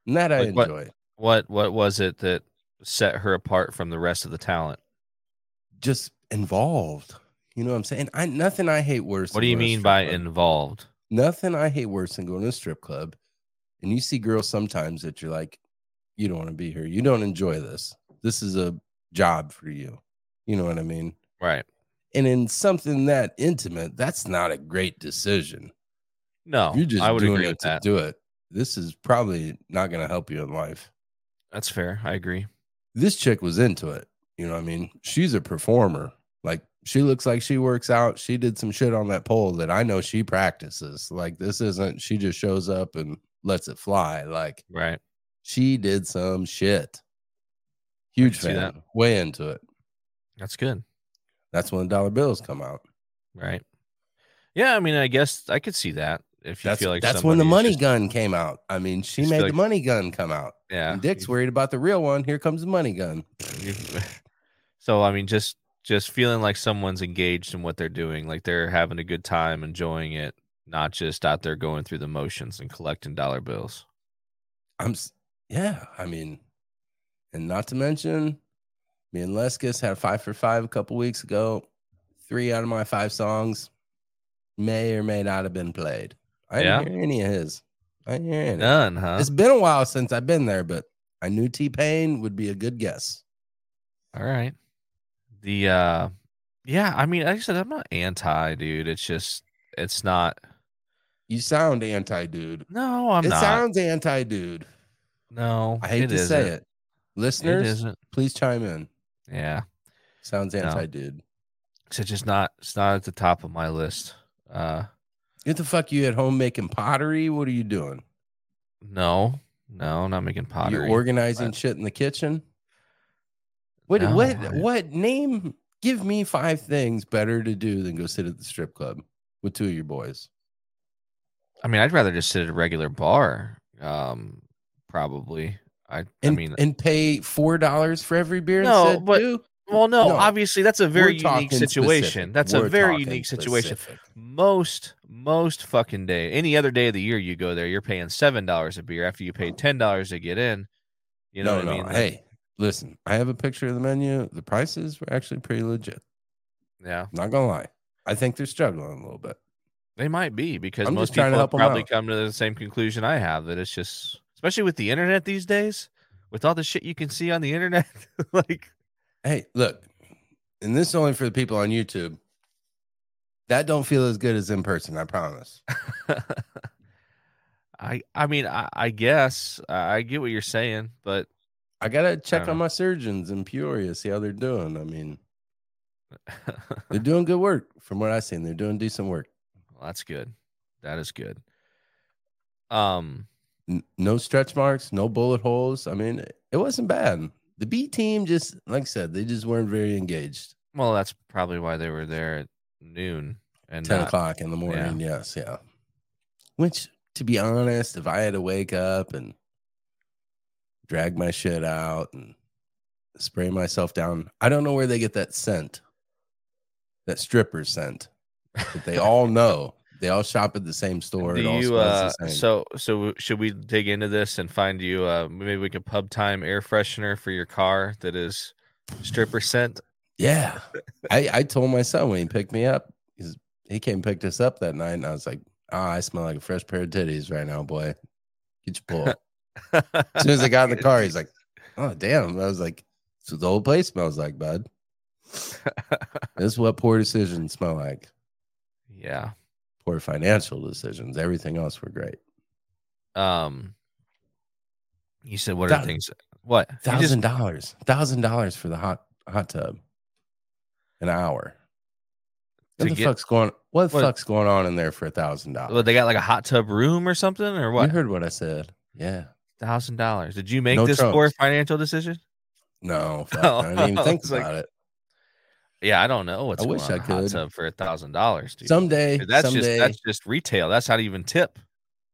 And that I
Like what?
enjoy.
What what was it that set her apart from the rest of the talent?
Just involved. You know what I'm saying? I nothing I hate worse.
What
than
do you
going to a
mean
strip
by
club.
involved?
nothing I hate worse than going to a strip club and you see girls sometimes that you're like, you don't want to be here. You don't enjoy this. This is a job for you. You know what I mean?
Right.
And in something that intimate, that's not a great decision.
No,
You're just
Oh, I would
doing
agree
it
with
to
that.
do it. This is probably not going to help you in life.
That's fair. I agree.
This chick was into it. You know what I mean? She's a performer. Like she looks like she works out. She did some shit on that pole that I know she practices. Like this isn't she just shows up and lets it fly. Like
Right.
she did some shit. Huge
see
fan. Way into it.
That's good.
That's when dollar bills come out.
Right. Yeah, I mean, I guess I could see that if you
That's
feel like
that's when the
somebody's
money
just-
gun came out. I mean, she
Just
made
like-
the money gun come out.
yeah.
And Dick's worried about the real one. Here comes the money gun.
you- so I mean, just just feeling like someone's engaged in what they're doing, like they're having a good time, enjoying it, not just out there going through the motions and collecting dollar bills.
I'm s- yeah, I mean, and not to mention me and Leskis had five for five a couple weeks ago. Three out of my five songs may or may not have been played. I didn't hear any of his. I didn't hear any.
None, huh?
It's been a while since I've been there, but I knew T Pain would be a good guess.
All right. The uh yeah, I mean, like I said, I'm not anti, dude. It's just it's not
You sound anti dude.
no, I'm
It
not.
sounds anti dude.
no,
I hate
it
to
isn't.
say it.
It
Listeners,
isn't.
please chime in.
Yeah.
Sounds anti dude.
It's just not it's not at the top of my list. Uh
Get the fuck you at home making pottery? What are you doing?
no, no, not making pottery.
You organizing
but-
shit in the kitchen? What
No,
what
I-
what name? Give me five things better to do than go sit at the strip club with two of your boys.
I mean, I'd rather just sit at a regular bar. Um, probably. I.
And,
I mean,
and pay four dollars for every beer.
No,
instead
but
too?
well, no,
no,
obviously that's a very
We're
unique
talking
situation.
specific.
That's a
We're
very
talking
unique situation.
specific.
Most most fucking day, any other day of the year, you go there, you're paying seven dollars a beer after you paid ten dollars to get in. You know
no,
what I
no.
mean? Like,
Hey, listen, I have a picture of the menu. The prices were actually pretty legit.
yeah,
Not gonna lie, I think they're struggling a little bit.
they might be because
I'm
most
just trying to
people
help 'em
probably
out.
come to the same conclusion I have that it's just, especially with the internet these days, with all the shit you can see on the internet, like
Hey, look, and this is only for the people on YouTube. That don't feel as good as in person. I promise.
I I mean I, I guess I I get what you're saying, but
I gotta check
know.
on my surgeons in Peoria, see how they're doing. I mean, they're doing good work from what I've seen. They're doing decent work.
Well, that's good. That is good. Um,
N- no stretch marks, no bullet holes. I mean, it wasn't bad. The B team just, like I said, they just weren't very engaged.
well, that's probably why they were there at noon and
Ten
not-
o'clock in the morning. Yes, yeah. Which, to be honest, if I had to wake up and drag my shit out and spray myself down, I don't know where they get that scent, that stripper scent. that they all know. They all shop at the same store.
Do
it all
you uh,
smells the same.
so so should we dig into this and find you uh maybe we could pub time air freshener for your car that is stripper scent?
yeah, I, I told my son when he picked me up, he's, he came and picked us up that night, and I was like, "Ah, I smell like a fresh pair of titties right now, boy. Get your pull." As soon as I got in the car, he's like, "Oh, damn!" I was like, "So the whole place smells like bud." This is what poor decisions smell like.
yeah.
Poor financial decisions. Everything else were great.
Um, you said what are
Thou-
the things? What You just-
Thousand dollars, thousand dollars for the hot hot tub, an hour.
To
What the
get-
fuck's going? What the
What-
fuck's going on in there for a thousand
Well,
dollars?
they got like a hot tub room or something, or
You
what?
heard what I said? Yeah.
Thousand dollars. Did you make
No
this poor
trunks.
financial decision?
No, fuck,
Oh,
I didn't even
I
think
was like,
about it.
Yeah, I don't know. What's
I
going
wish
on
I
in a hot
could.
tub for a thousand dollars, dude.
Someday,
that's
someday,
just that's just retail. That's not even tip.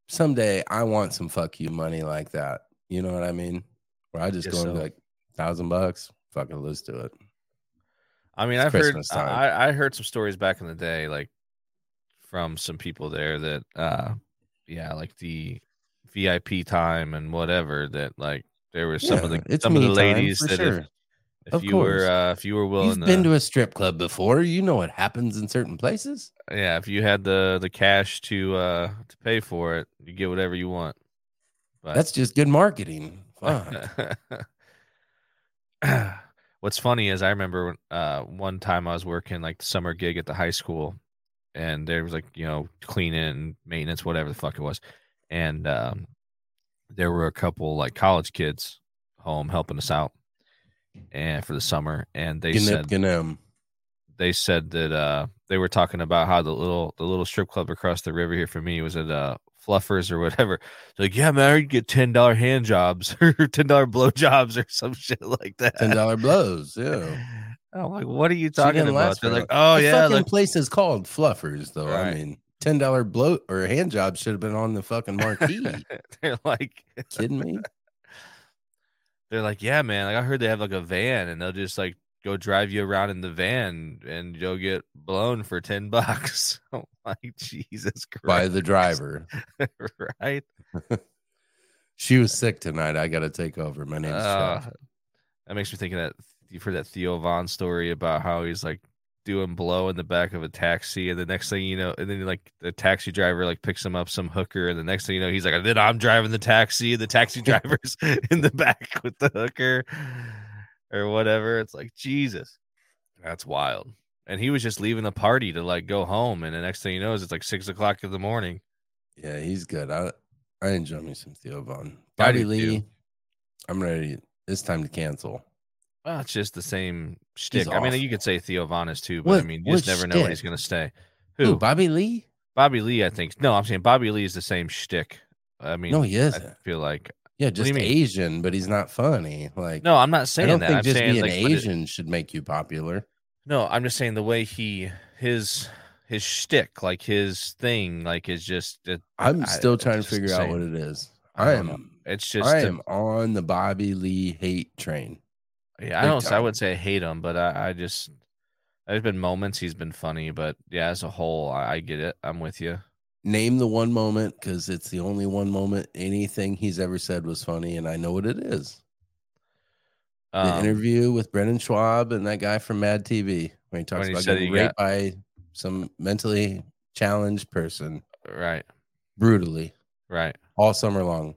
someday, I want some fuck you money like that. You know what I mean? Where I just
Guess
go and be
so.
like thousand bucks. Fucking let's do it.
I mean,
It's
I've
Christmas
heard
time.
I, I heard some stories back in the day, like from some people there that, uh, yeah, like the VIP time and whatever. That like there were some of
Yeah,
the
it's
some of the
me time,
ladies
for
that
sure.
if, if
Of
you
course.
were uh, if you were willing
You've
to,
been to a strip club before. You know what happens in certain places.
yeah, if you had the the cash to uh to pay for it, you get whatever you want. But
That's just good marketing. Fuck.
What's funny is I remember when, uh, one time I was working like the summer gig at the high school, and there was like you know cleaning and maintenance, whatever the fuck it was, and um, there were a couple like college kids home helping us out, and for the summer, and they said
Gnip, gnum.
they said that uh, they were talking about how the little the little strip club across the river here for me was at uh, Fluffers or whatever. It's like, yeah, man, you get ten dollar hand jobs or ten dollar blow jobs or some shit like that.
Ten dollar blows. Yeah.
I'm like, what are you
So it
talking
didn't
about?
last
They're
very
like, oh
the
yeah,
fucking
like,
place is called Fluffers, though. I
Right.
mean, ten dollar blow or hand job should have been on the fucking marquee.
they're like,
Kidding me?
they're like, yeah, man. Like I heard they have like a van and they'll just like go drive you around in the van and you'll get blown for ten bucks. I'm like, Jesus
By
Christ,
the driver.
right?
She was sick tonight. I got to take over. My name's
Uh,
Chuck.
that makes me think of that. You've heard that Theo Vaughn story about how he's like doing blow in the back of a taxi, and the next thing you know, and then like the taxi driver like picks him up some hooker, and the next thing you know, he's like, and then I'm driving the taxi, the taxi driver's in the back with the hooker or whatever. It's like Jesus, that's wild. And he was just leaving the party to like go home, and the next thing you know is it's like six o'clock in the morning.
Yeah, he's good. I I enjoy me some Theo Vaughn.
I
Bobby
do,
Lee,
too.
I'm ready. It's time to cancel.
Well, it's just the same shtick. I mean,
awful.
you could say Theo Von is too, but I
What-
mean, you just
what
never know when
shtick?
he's going to stay. Who?
Who? Bobby Lee?
Bobby Lee, I think. No, I'm saying Bobby Lee is the same shtick. I mean,
no, he
I
isn't.
feel like
yeah,
do you
just
mean?
Asian, but he's not funny. Like,
no, I'm not
I
saying
don't
that.
think
I'm
just
saying
being
like, but it-
Asian should make you popular.
no, I'm just saying the way he his his shtick, like his thing, like is just it,
I'm
I-
still
it's
trying to
just
figure
the
out
same.
what it is.
I
I
don't
am.
it's just
I
a-
am on the Bobby Lee hate train.
yeah. I
big
don't. I
time.
would say I hate him, but I, I just there's been moments he's been funny, but yeah, as a whole, I, I get it. I'm with you.
Name the one moment because it's the only one moment anything he's ever said was funny, and I know what it is. The
Um,
interview with Brendan Schwab and that guy from Mad TV when he talks
When he
about
said
getting
he got-
raped by some mentally challenged person
right,
brutally
right.
all summer long.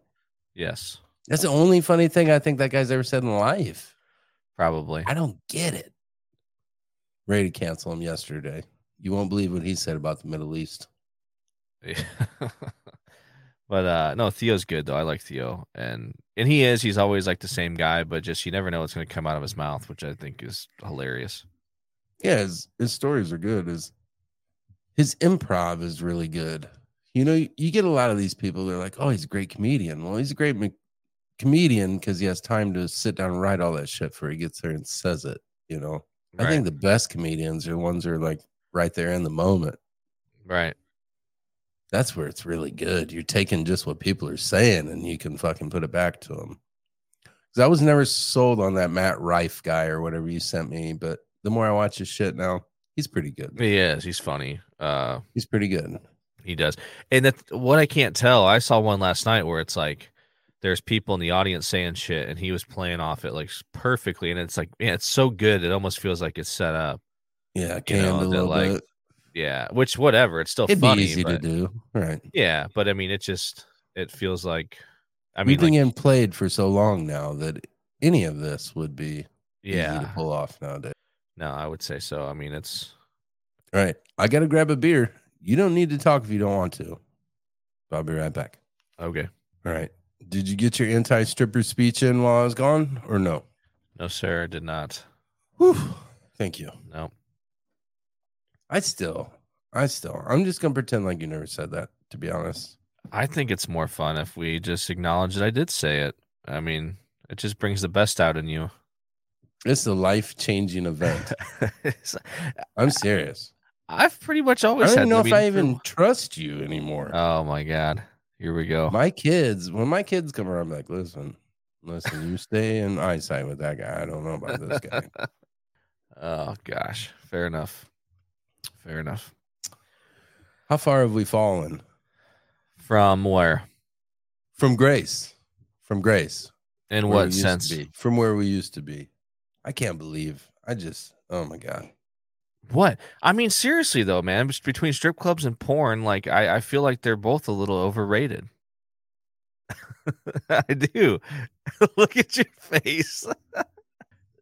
Yes,
That's the only funny thing I think that guy's ever said in life.
probably.
I don't get it. Ready to cancel him yesterday. You won't believe what he said about the Middle East.
Yeah. but uh no, Theo's good though. I like Theo. And and he is, he's always like the same guy, but just you never know what's gonna come out of his mouth, which I think is hilarious.
Yeah, his, his stories are good. His his improv is really good. You know, you, you get a lot of these people. They're like, "Oh, he's a great comedian." Well, he's a great m- comedian because he has time to sit down and write all that shit before he gets there and says it. You know, I
Right.
think the best comedians are the ones who are like right there in the moment.
right.
That's where it's really good. You're taking just what people are saying and you can fucking put it back to them. Because I was never sold on that Matt Rife guy or whatever you sent me, but the more I watch his shit now, he's pretty good.
He is, he's funny. Uh
He's pretty good.
he does. And that what I can't tell, I saw one last night where it's like there's people in the audience saying shit and he was playing off it like s- perfectly and it's like man it's so good it almost feels like it's set up
Yeah, canned
You know,
a
that,
little
like,
bit.
yeah which whatever it's still
It'd
funny
be easy to
but-
do, right?
yeah but i mean it just it feels like i
I
mean
mean, We've been
like,
getting played for so long now that any of this would be easy
yeah
to pull off nowadays.
No, I would say so. I mean, it's
All right, I gotta grab a beer. You don't need to talk if you don't want to. But I'll be right back.
okay.
All right. Did you get your anti stripper speech in while I was gone or no?
No, sir, did not.
Whew. Thank you.
No.
I still, I still, I'm just going to pretend like you never said that, to be honest.
I think it's more fun if we just acknowledge that I did say it. I mean, it just brings the best out in you.
It's a life changing event.
It's-
I'm serious.
I've pretty much always
I don't even
had
know
to
if
be
I
true.
even trust you anymore.
Oh my god. Here we go.
my kids, when my kids come around, I'm like, listen, Listen, you stay in eyesight with that guy. I don't know about this guy.
Oh gosh, fair enough. Fair enough.
How far have we fallen
From where?
from grace? From grace.
In
where we
what
used to
sense?
be. From where we used to be. I can't believe. I just. Oh my god.
What? I mean, seriously though, man, just between strip clubs and porn, like I, I feel like they're both a little overrated. I do. Look at your face.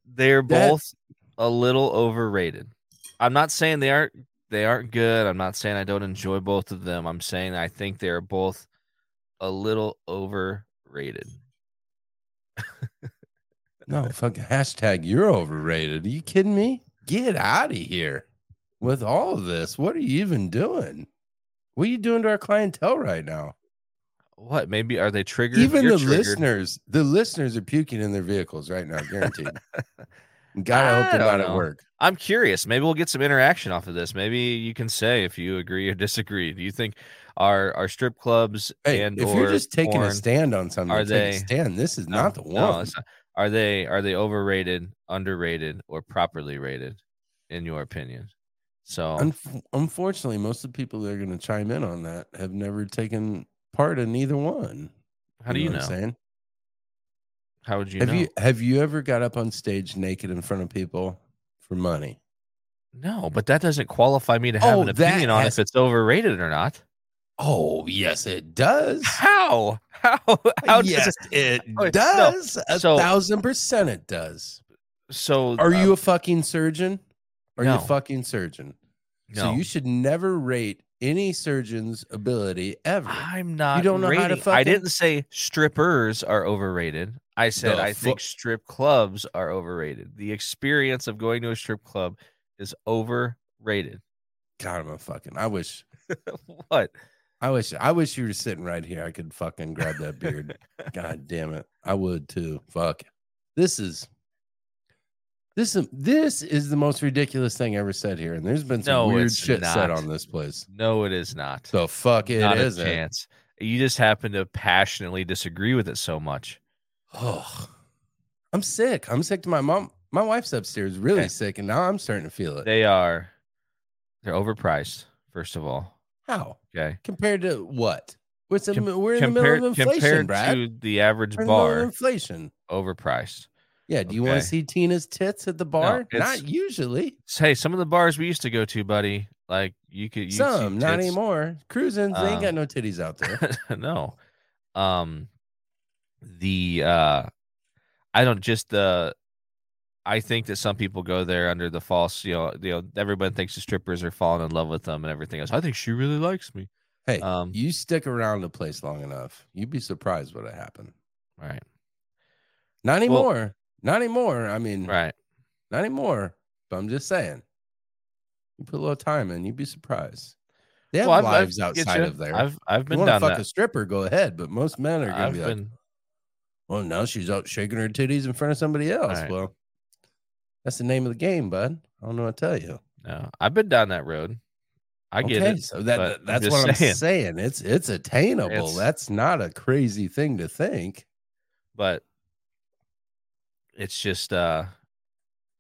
they're
That-
both a little overrated. I'm not saying they aren't they aren't good. I'm not saying I don't enjoy both of them. I'm saying I think they're both a little overrated.
No, fucking hashtag you're overrated. Are you kidding me? Get out of here with all of this. What are you even doing? What are you doing to our clientele right now?
What? Maybe are they triggered?
even
You're
the
triggered.
listeners, the listeners are puking in their vehicles right now, guaranteed. God, I hope
I
they're
don't
not at
know.
work.
I'm curious. Maybe we'll get some interaction off of this. Maybe you can say if you agree or disagree. Do you think our our strip clubs
Hey,
and
if
or
you're just taking
porn-
a stand on something,
are
take a
they-
stand. This is
No,
not the
no,
one.
it's not. are they are they overrated, underrated, or properly rated, in your opinion? So
Unf- unfortunately, most of the people that are going to chime in on that have never taken part in either one.
how do you know?
what I'm saying?
How would you
have
know?
you have you ever got up on stage naked in front of people for money?
No, but that doesn't qualify me to have
Oh,
an
that
opinion on
has-
if it's overrated or not.
Oh yes, it does.
How? How? How does
yes, it
Oh, no.
does. A
So-
thousand percent, it does.
so?
Are
uh,
you a fucking surgeon? Are you
no.
a fucking surgeon?
No,
So you should never rate any surgeon's ability ever.
I'm not.
don't know how to
rating- I
fucking-
didn't say strippers are overrated. I said
The
I
fu-
think strip clubs are overrated. The experience of going to a strip club is overrated.
God, I'm a fucking. I wish.
what?
I wish. I wish you were sitting right here. I could fucking grab that beard. God damn it. I would too. Fuck. This is. This is this is the most ridiculous thing ever said here, and there's been some
No,
weird
it's
shit said
not.
on this place.
No, it is not.
So fuck it eh?
not a
isn't.
chance. You just happen to passionately disagree with it so much.
Oh, I'm sick. I'm sick to my mom. My wife's upstairs, really
Okay.
sick, and now I'm starting to feel it.
They are. They're overpriced. First of all,
How
okay.
compared to what? What's the,
Com-
we're in
compared
the middle of inflation,
compared
Brad.
to the average
We're in the middle of
bar,
inflation.
overpriced.
Yeah. Do you want
Okay.
to see Tina's tits at the bar?
it's-
Not usually.
hey, some of the bars we used to go to, buddy, like you could you
Some, not anymore. Cruising, they ain't
Um,
got no titties out there.
no, um, the uh, I don't just the. I think that some people go there under the false, you know, you know, everyone thinks the strippers are falling in love with them and everything else. I think she really likes me.
hey,
Um,
you stick around the place long enough, you'd be surprised what'll happen.
all right,
Not anymore. not anymore. I mean,
right.
not anymore. But I'm just saying, you put a little time in, you'd be surprised. They have
Well, I've- I've-
lives
get
outside
ya.
of there.
I've I've
you
been
want to
down
fuck
that.
a stripper? Go ahead. But most men are gonna
I've
be like,
been
"Well, now she's out shaking her titties in front of somebody else."
Right.
Well, that's the name of the game, bud. I don't know what to tell you.
no, I've been down that road. I get it.
So that,
but I'm
that's
just
what I'm
saying.
saying. It's it's attainable.
It's-
that's not a crazy thing to think.
but it's just uh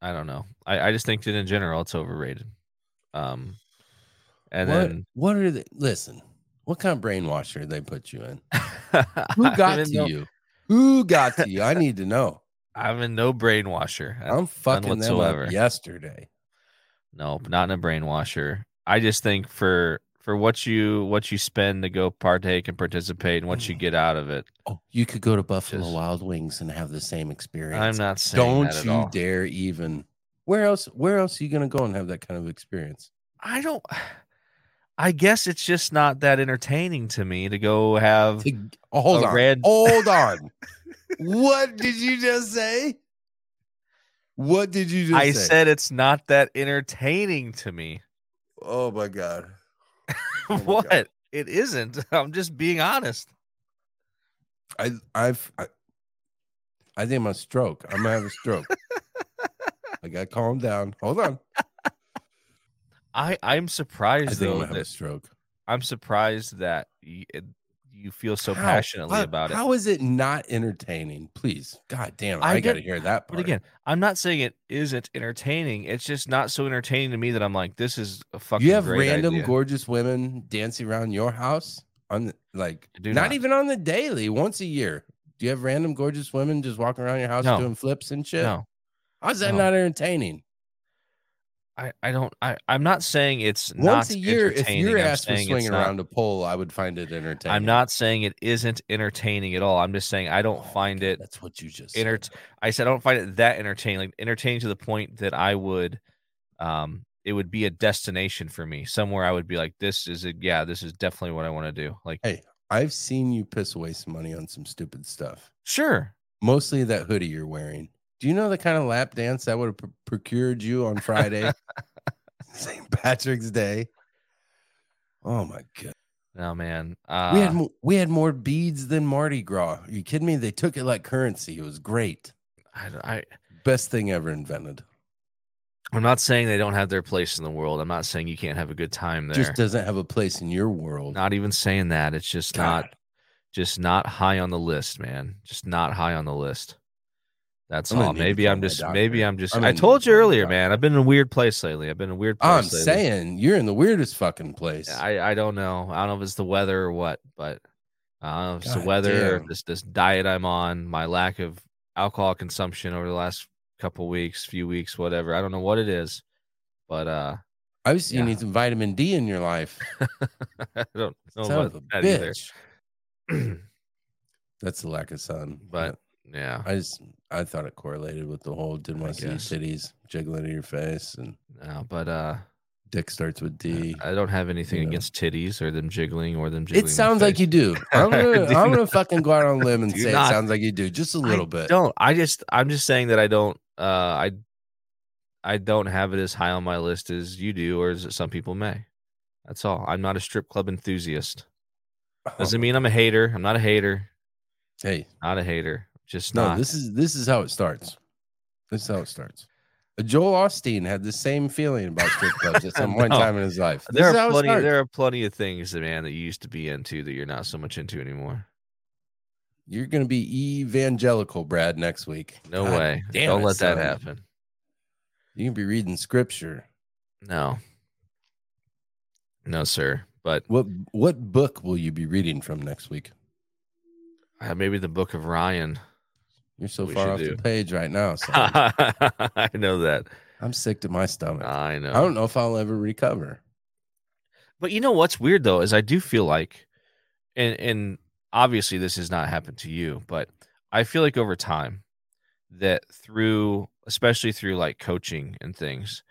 i don't know i, I just think that in general it's overrated um and
what,
then
what are they? Listen, what kind of brainwasher they put you in? Who
I'm
got
in
to
no-
you? Who got to you? I need to know.
i'm in no brainwasher
I'm fucking them
whatsoever.
up yesterday.
no not in a brainwasher i just think for for what you what you spend to go partake and participate and what you get out of it
Oh, you could go to Buffalo
Just-
Wild Wings and have the same experience.
i'm not saying
Don't
that at
you
all.
dare even. Where else? Where else are you gonna go and have that kind of experience?
i don't i guess it's just not that entertaining to me to go have
To- oh, hold
A
on.
red-
Hold on. what did you just say? What did you just
I
say?
said it's not that entertaining to me.
Oh my god. Oh my God.
what? It isn't. I'm just being honest.
I I've I, I think I'm a stroke. I'm gonna have a stroke. I gotta calm down. Hold on.
I I'm
I
surprised
think I'm gonna
though.
have a
That,
stroke.
I'm surprised that y- it- you, you feel so passionately
how-
about it.
How is it not entertaining? Please, God damn it,
I
I, got to
don't-
hear that.
But
part.
again, I'm not saying it isn't entertaining. It's just not so entertaining to me that I'm like, this is a fucking.
you have
great
random
idea.
gorgeous women dancing around your house on the, like
I do
not,
not.
even on the daily, once a year. Do you have random gorgeous women just walking around your house
No.
doing flips and shit?
No,
How's that
No.
not entertaining?
I, I don't. I, I'm not saying it's
once
not
a year, if
entertaining.
your
I'm
ass was
saying it's
swinging
not-
around a pole, I would find it entertaining.
I'm not saying it isn't entertaining at all. I'm just saying I don't
Oh,
find it
That's what you just said.
enter- I said I don't find it that entertaining. Like entertaining to the point that I would, um, it would be a destination for me. Somewhere I would be like, this is it. Yeah, this is definitely what I want to do. Like,
Hey. I've seen you piss away some money on some stupid stuff.
sure,
Mostly that hoodie you're wearing. Do you know the kind of lap dance that would have pro- procured you on Friday, St. Patrick's Day? Oh my god.
no man. Uh,
We had mo- we had more beads than Mardi Gras. Are you kidding me? They took it like currency. It was great.
I, don't- I,
Best thing ever invented.
I'm not saying they don't have their place in the world. I'm not saying you can't have a good time there.
Just doesn't have a place in your world.
not even saying that. It's just not, just not high on the list, man. Just not high on the list. That's
I'm gonna
all.
need to
Maybe
call
I'm
my
just. Maybe
doctor.
I'm just.
I'm
I
gonna need
told
to
you
call my
earlier,
doctor.
man. I've been in a weird place lately. I've been in a weird place.
I'm
lately.
saying you're in the weirdest fucking place.
I I don't know. I don't know if it's the weather or what, but uh, I don't know if it's the
God
weather or if
damn.
this this diet I'm on, my lack of alcohol consumption over the last couple weeks, few weeks, whatever. I don't know what it is, but uh,
I was you
yeah.
need some vitamin D in your life.
I don't know
Son
about
of a
that
bitch.
either.
That's the lack of sun.
But- yeah,
I just I thought it correlated with the whole didn't
I
want to
guess.
see titties jiggling in your face and
no, but uh,
dick starts with D.
I don't have anything
know.
against titties or them jiggling or them jiggling.
It sounds like you do. I'm gonna,
Do
I'm
not-
gonna fucking go out on a limb and
Do
say
not.
it sounds like you do just a little bit.
Don't I just? I'm just saying that I don't. Uh, I I don't have it as high on my list as you do, or as some people may. That's all. I'm not a strip club enthusiast. Doesn't mean I'm a hater. I'm not a hater.
Oh, Hey,
Not a hater. Just
No,
not.
this is this is how it starts. This is how it starts. Uh, Joel Austin had the same feeling about strip clubs at some point in
No.
time in his life. This
there
is how
are
it
plenty.
starts.
There are plenty of things, man, that you used to be into that you're not so much into anymore.
You're gonna be evangelical, Brad, next week.
No
God
way.
damn
Don't
it,
let that
son.
happen.
You can be reading scripture.
No. No, sir. But
What what book will you be reading from next week?
uh, maybe the Book of Ryan.
You're so
We
far
should
off
do.
the page right now. son.
I know that.
I'm sick to my stomach.
I know.
I don't know if I'll ever recover.
But you know what's weird though is I do feel like, and and obviously this has not happened to you, but I feel like over time that through especially through like coaching and things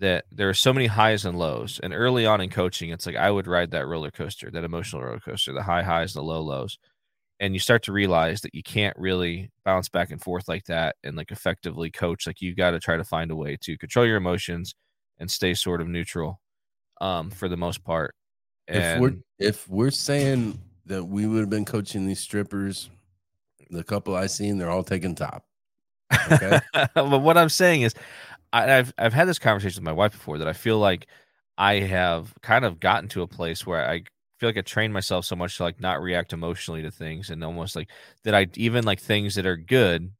that there are so many highs and lows and early on in coaching it's like i would ride that roller coaster that emotional roller coaster the high highs and the low lows and you start to realize that you can't really bounce back and forth like that and like effectively coach like you got to try to find a way to control your emotions and stay sort of neutral um for the most part
if
and
we're if we're saying that we would have been coaching these strippers, the couple I seen, they're all taking top. okay.
but what I'm saying is, I, I've I've had this conversation with my wife before that I feel like I have kind of gotten to a place where I feel like I trained myself so much to like not react emotionally to things and almost like that I even like things that are good,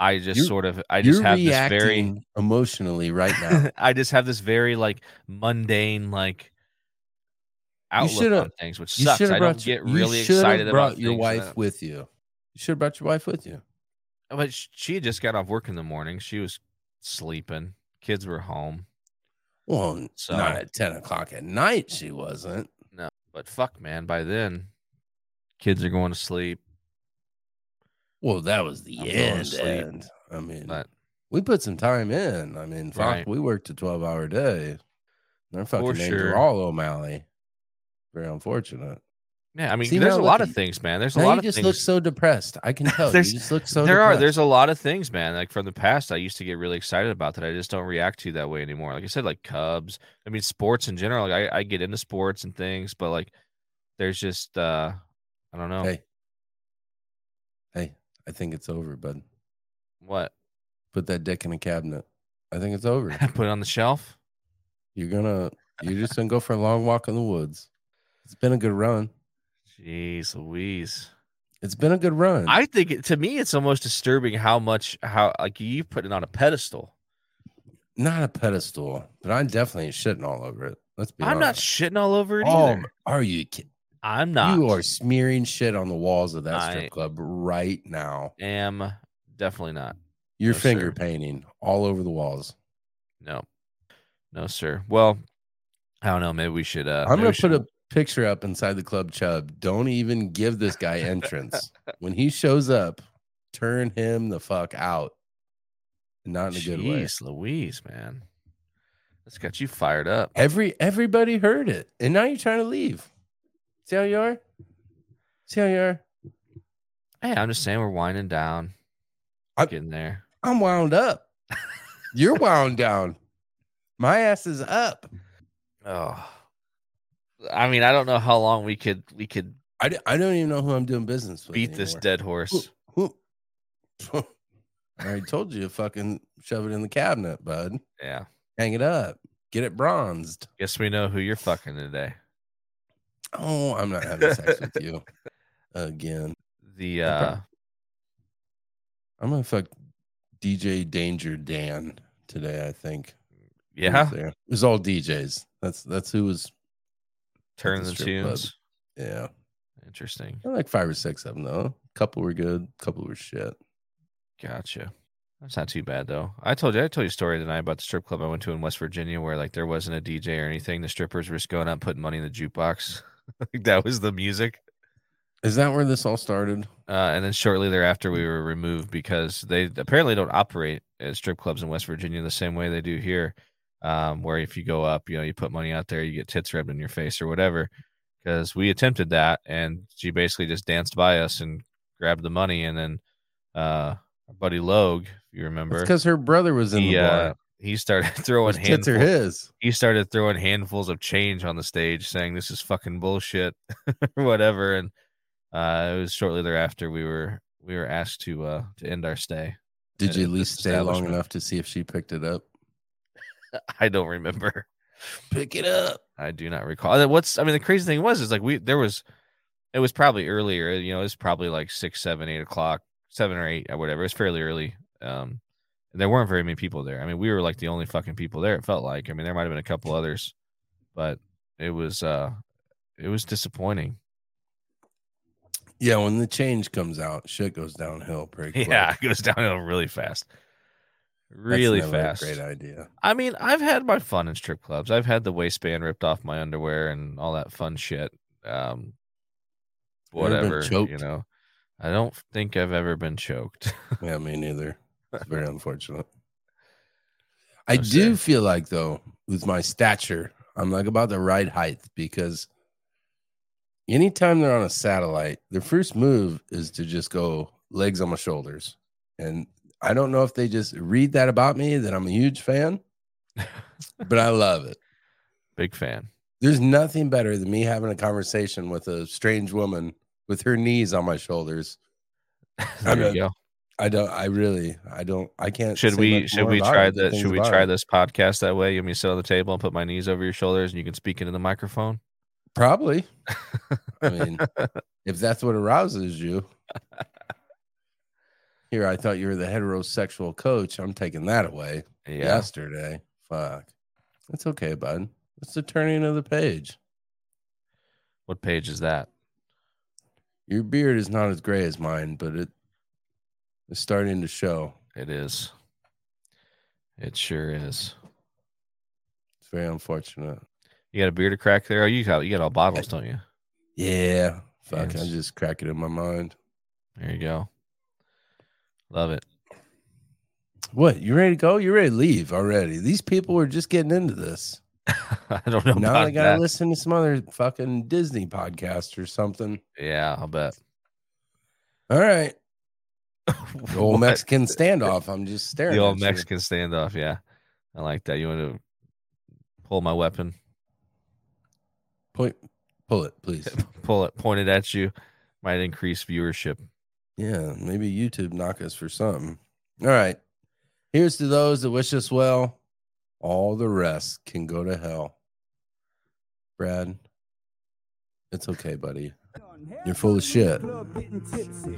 I just
You're-
sort of I just have this very
reacting emotionally right now.
I just have this very like mundane like outlook
shoulda-
on things, which
You
sucks.
shoulda
I don't get
you
really
shoulda
excited
brought
about
your
things
wife
that-
with you. You should have brought your wife with you.
But sh- she had just got off work in the morning. She was sleeping. Kids were home.
Well, n-
So-
not at ten o'clock at night. She wasn't.
No, but fuck, man. By then, kids are going to sleep.
Well, that was the
I'm going to
end.
sleep.
end. I mean,
But
we put some time in. I mean, fuck,
Right.
we worked a twelve-hour day. Their fucking names are
sure.
all O'Malley. Very unfortunate.
yeah, I mean,
See,
there's
now
a
look
lot
at
of
you.
things, man. There's a
Now
lot
you
of
just
things.
look so depressed. I can tell. you
There's-
just look so.
there are
depressed.
there's a lot of things, man. Like from the past, I used to get really excited about that. I just don't react to that way anymore. Like I said, like Cubs. I mean, sports in general. Like I, I get into sports and things, but like there's just uh I don't know
Hey. Hey, I think it's over, bud.
what.
Put that dick in a cabinet. I think it's over.
Put it on the shelf.
You're gonna you're just gonna go for a long walk in the woods. It's been a good run.
Jeez Louise.
It's been a good run.
I think it, to me, it's almost disturbing how much, how, like, you put it on a pedestal.
Not a pedestal, but I'm definitely shitting all over it. Let's be
I'm not
honest.
shitting all over it
Oh,
either.
are you kidding?
I'm not.
You are smearing shit on the walls of that strip
I-
club right now.
Am definitely not.
Your
No,
finger
sir.
painting all over the walls.
No, no, sir. Well, I don't know. Maybe we should. Uh,
I'm
maybe we
gonna put
should-
a picture up inside the club chub. Don't even give this guy entrance. when he shows up, turn him the fuck out. Not in a good way.
Jeez Louise, man. That's got you fired up.
Every everybody heard it, and now you're trying to leave. See how you are. See how you are.
Hey, I'm just saying we're winding down.
I'm-
getting there.
I'm wound up. you're wound down. My ass is up.
Oh, I mean, I don't know how long we could we could
I, d- I don't even know who I'm doing business with.
beat this
anymore.
dead horse.
Who- I already told you to fucking shove it in the cabinet, bud.
Yeah.
Hang it up. Get it bronzed.
Guess we know who you're fucking today.
Oh, I'm not having sex with you again.
The
Okay.
uh
I'm gonna fuck DJ Danger Dan today. I think. He was
yeah,
there. it was all DJs. That's that's who was.
turn
the
the
strip club.
tunes.
Yeah,
Interesting.
I like five or six of them though. A couple were good. A couple were shit.
Gotcha. That's not too bad though. I told you I told you a story tonight about the strip club I went to in West Virginia where like there wasn't a DJ or anything. The strippers were just going out and putting money in the jukebox. Like, that was the music.
Is that where this all started?
Uh, and then shortly thereafter we were removed because they apparently don't operate at strip clubs in West Virginia the same way they do here. Um, where if you go up, you know, you put money out there, you get tits rubbed in your face or whatever. Because we attempted that and she basically just danced by us and grabbed the money and then uh our buddy Logue, if you remember
Because her brother was in
he,
the
uh,
bar.
he started
His
throwing
tits are
handfuls,
his.
he started throwing handfuls of change on the stage saying this is fucking bullshit or whatever and uh it was shortly thereafter we were we were asked to uh to end our stay
Did
at
you at
this
least stay long
establishment.
enough to see if she picked it up?
i don't remember
Pick it up.
i do not recall Uh, what's i mean the crazy thing was is like we there was it was probably earlier you know it was probably like six seven eight o'clock seven or eight or whatever it was fairly early um there weren't very many people there. I mean, we were like the only fucking people there. It felt like. I mean, there might have been a couple others, but it was uh, it was disappointing.
Yeah, when the change comes out, shit goes downhill pretty quick.
Yeah,
That's
it goes downhill really fast, really
never a
fast.
Great idea.
I mean, I've had my fun in strip clubs. I've had the waistband ripped off my underwear and all that fun shit. Um,
You ever been
whatever you
choked?
know. I don't think I've ever been choked.
Yeah, me neither. It's very unfortunate. I
No,
do
sir.
feel like though, with my stature, I'm like about the right height because anytime they're on a satellite, their first move is to just go legs on my shoulders. And I don't know if they just read that about me that I'm a huge fan, but I love it.
Big fan.
There's nothing better than me having a conversation with a strange woman with her knees on my shoulders.
There
I'm
you
a-
go.
I don't. I really. I don't. I can't.
Should
say
we
much
should
more
we
about
try
it.
that?
thing's
Should we
about
try
it.
this podcast that way? You want me to sit on the table and put my knees over your shoulders and you can speak into the microphone?
Probably. I mean, if that's what arouses you. Here, I thought you were the heterosexual coach. I'm taking that away.
Yeah.
Yesterday, fuck. That's okay, bud. It's the turning of the page.
What page is that?
Your beard is not as gray as mine, but it is starting to show.
It is. It sure is.
It's very unfortunate.
You got a beer to crack there? Oh, you got you got all bottles, don't you?
Yeah. Fuck.
Yes.
I just crack it in my mind.
There you go. Love it.
What? You ready to go? You ready to leave already? These people are just getting into this.
I don't know
now
about
they gotta
that.
listen to some other fucking Disney podcast or something.
Yeah, I'll bet.
All right, the old
What?
Mexican standoff. I'm just staring.
The old
at you.
Mexican standoff. Yeah, I like that. You want to pull my weapon?
Point, pull it, please.
Pull it. Point it at you. Might increase viewership.
yeah, maybe YouTube knock us for something. All right, here's to those that wish us well. All the rest can go to hell. Brad, it's okay, buddy. You're full of shit, but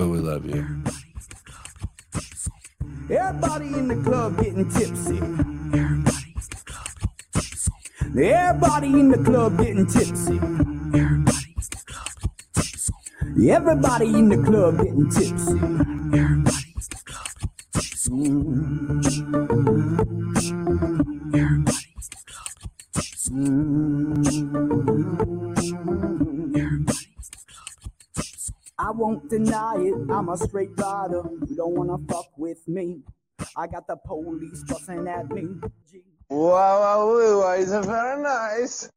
we love you.
Everybody in the club getting tipsy. Everybody in the club getting tipsy. Everybody in the club getting tipsy. I won't deny it, I'm a straight rider. You don't wanna fuck with me. I got the police busting at me. Gee.
Wow, wow, wow, it's very nice.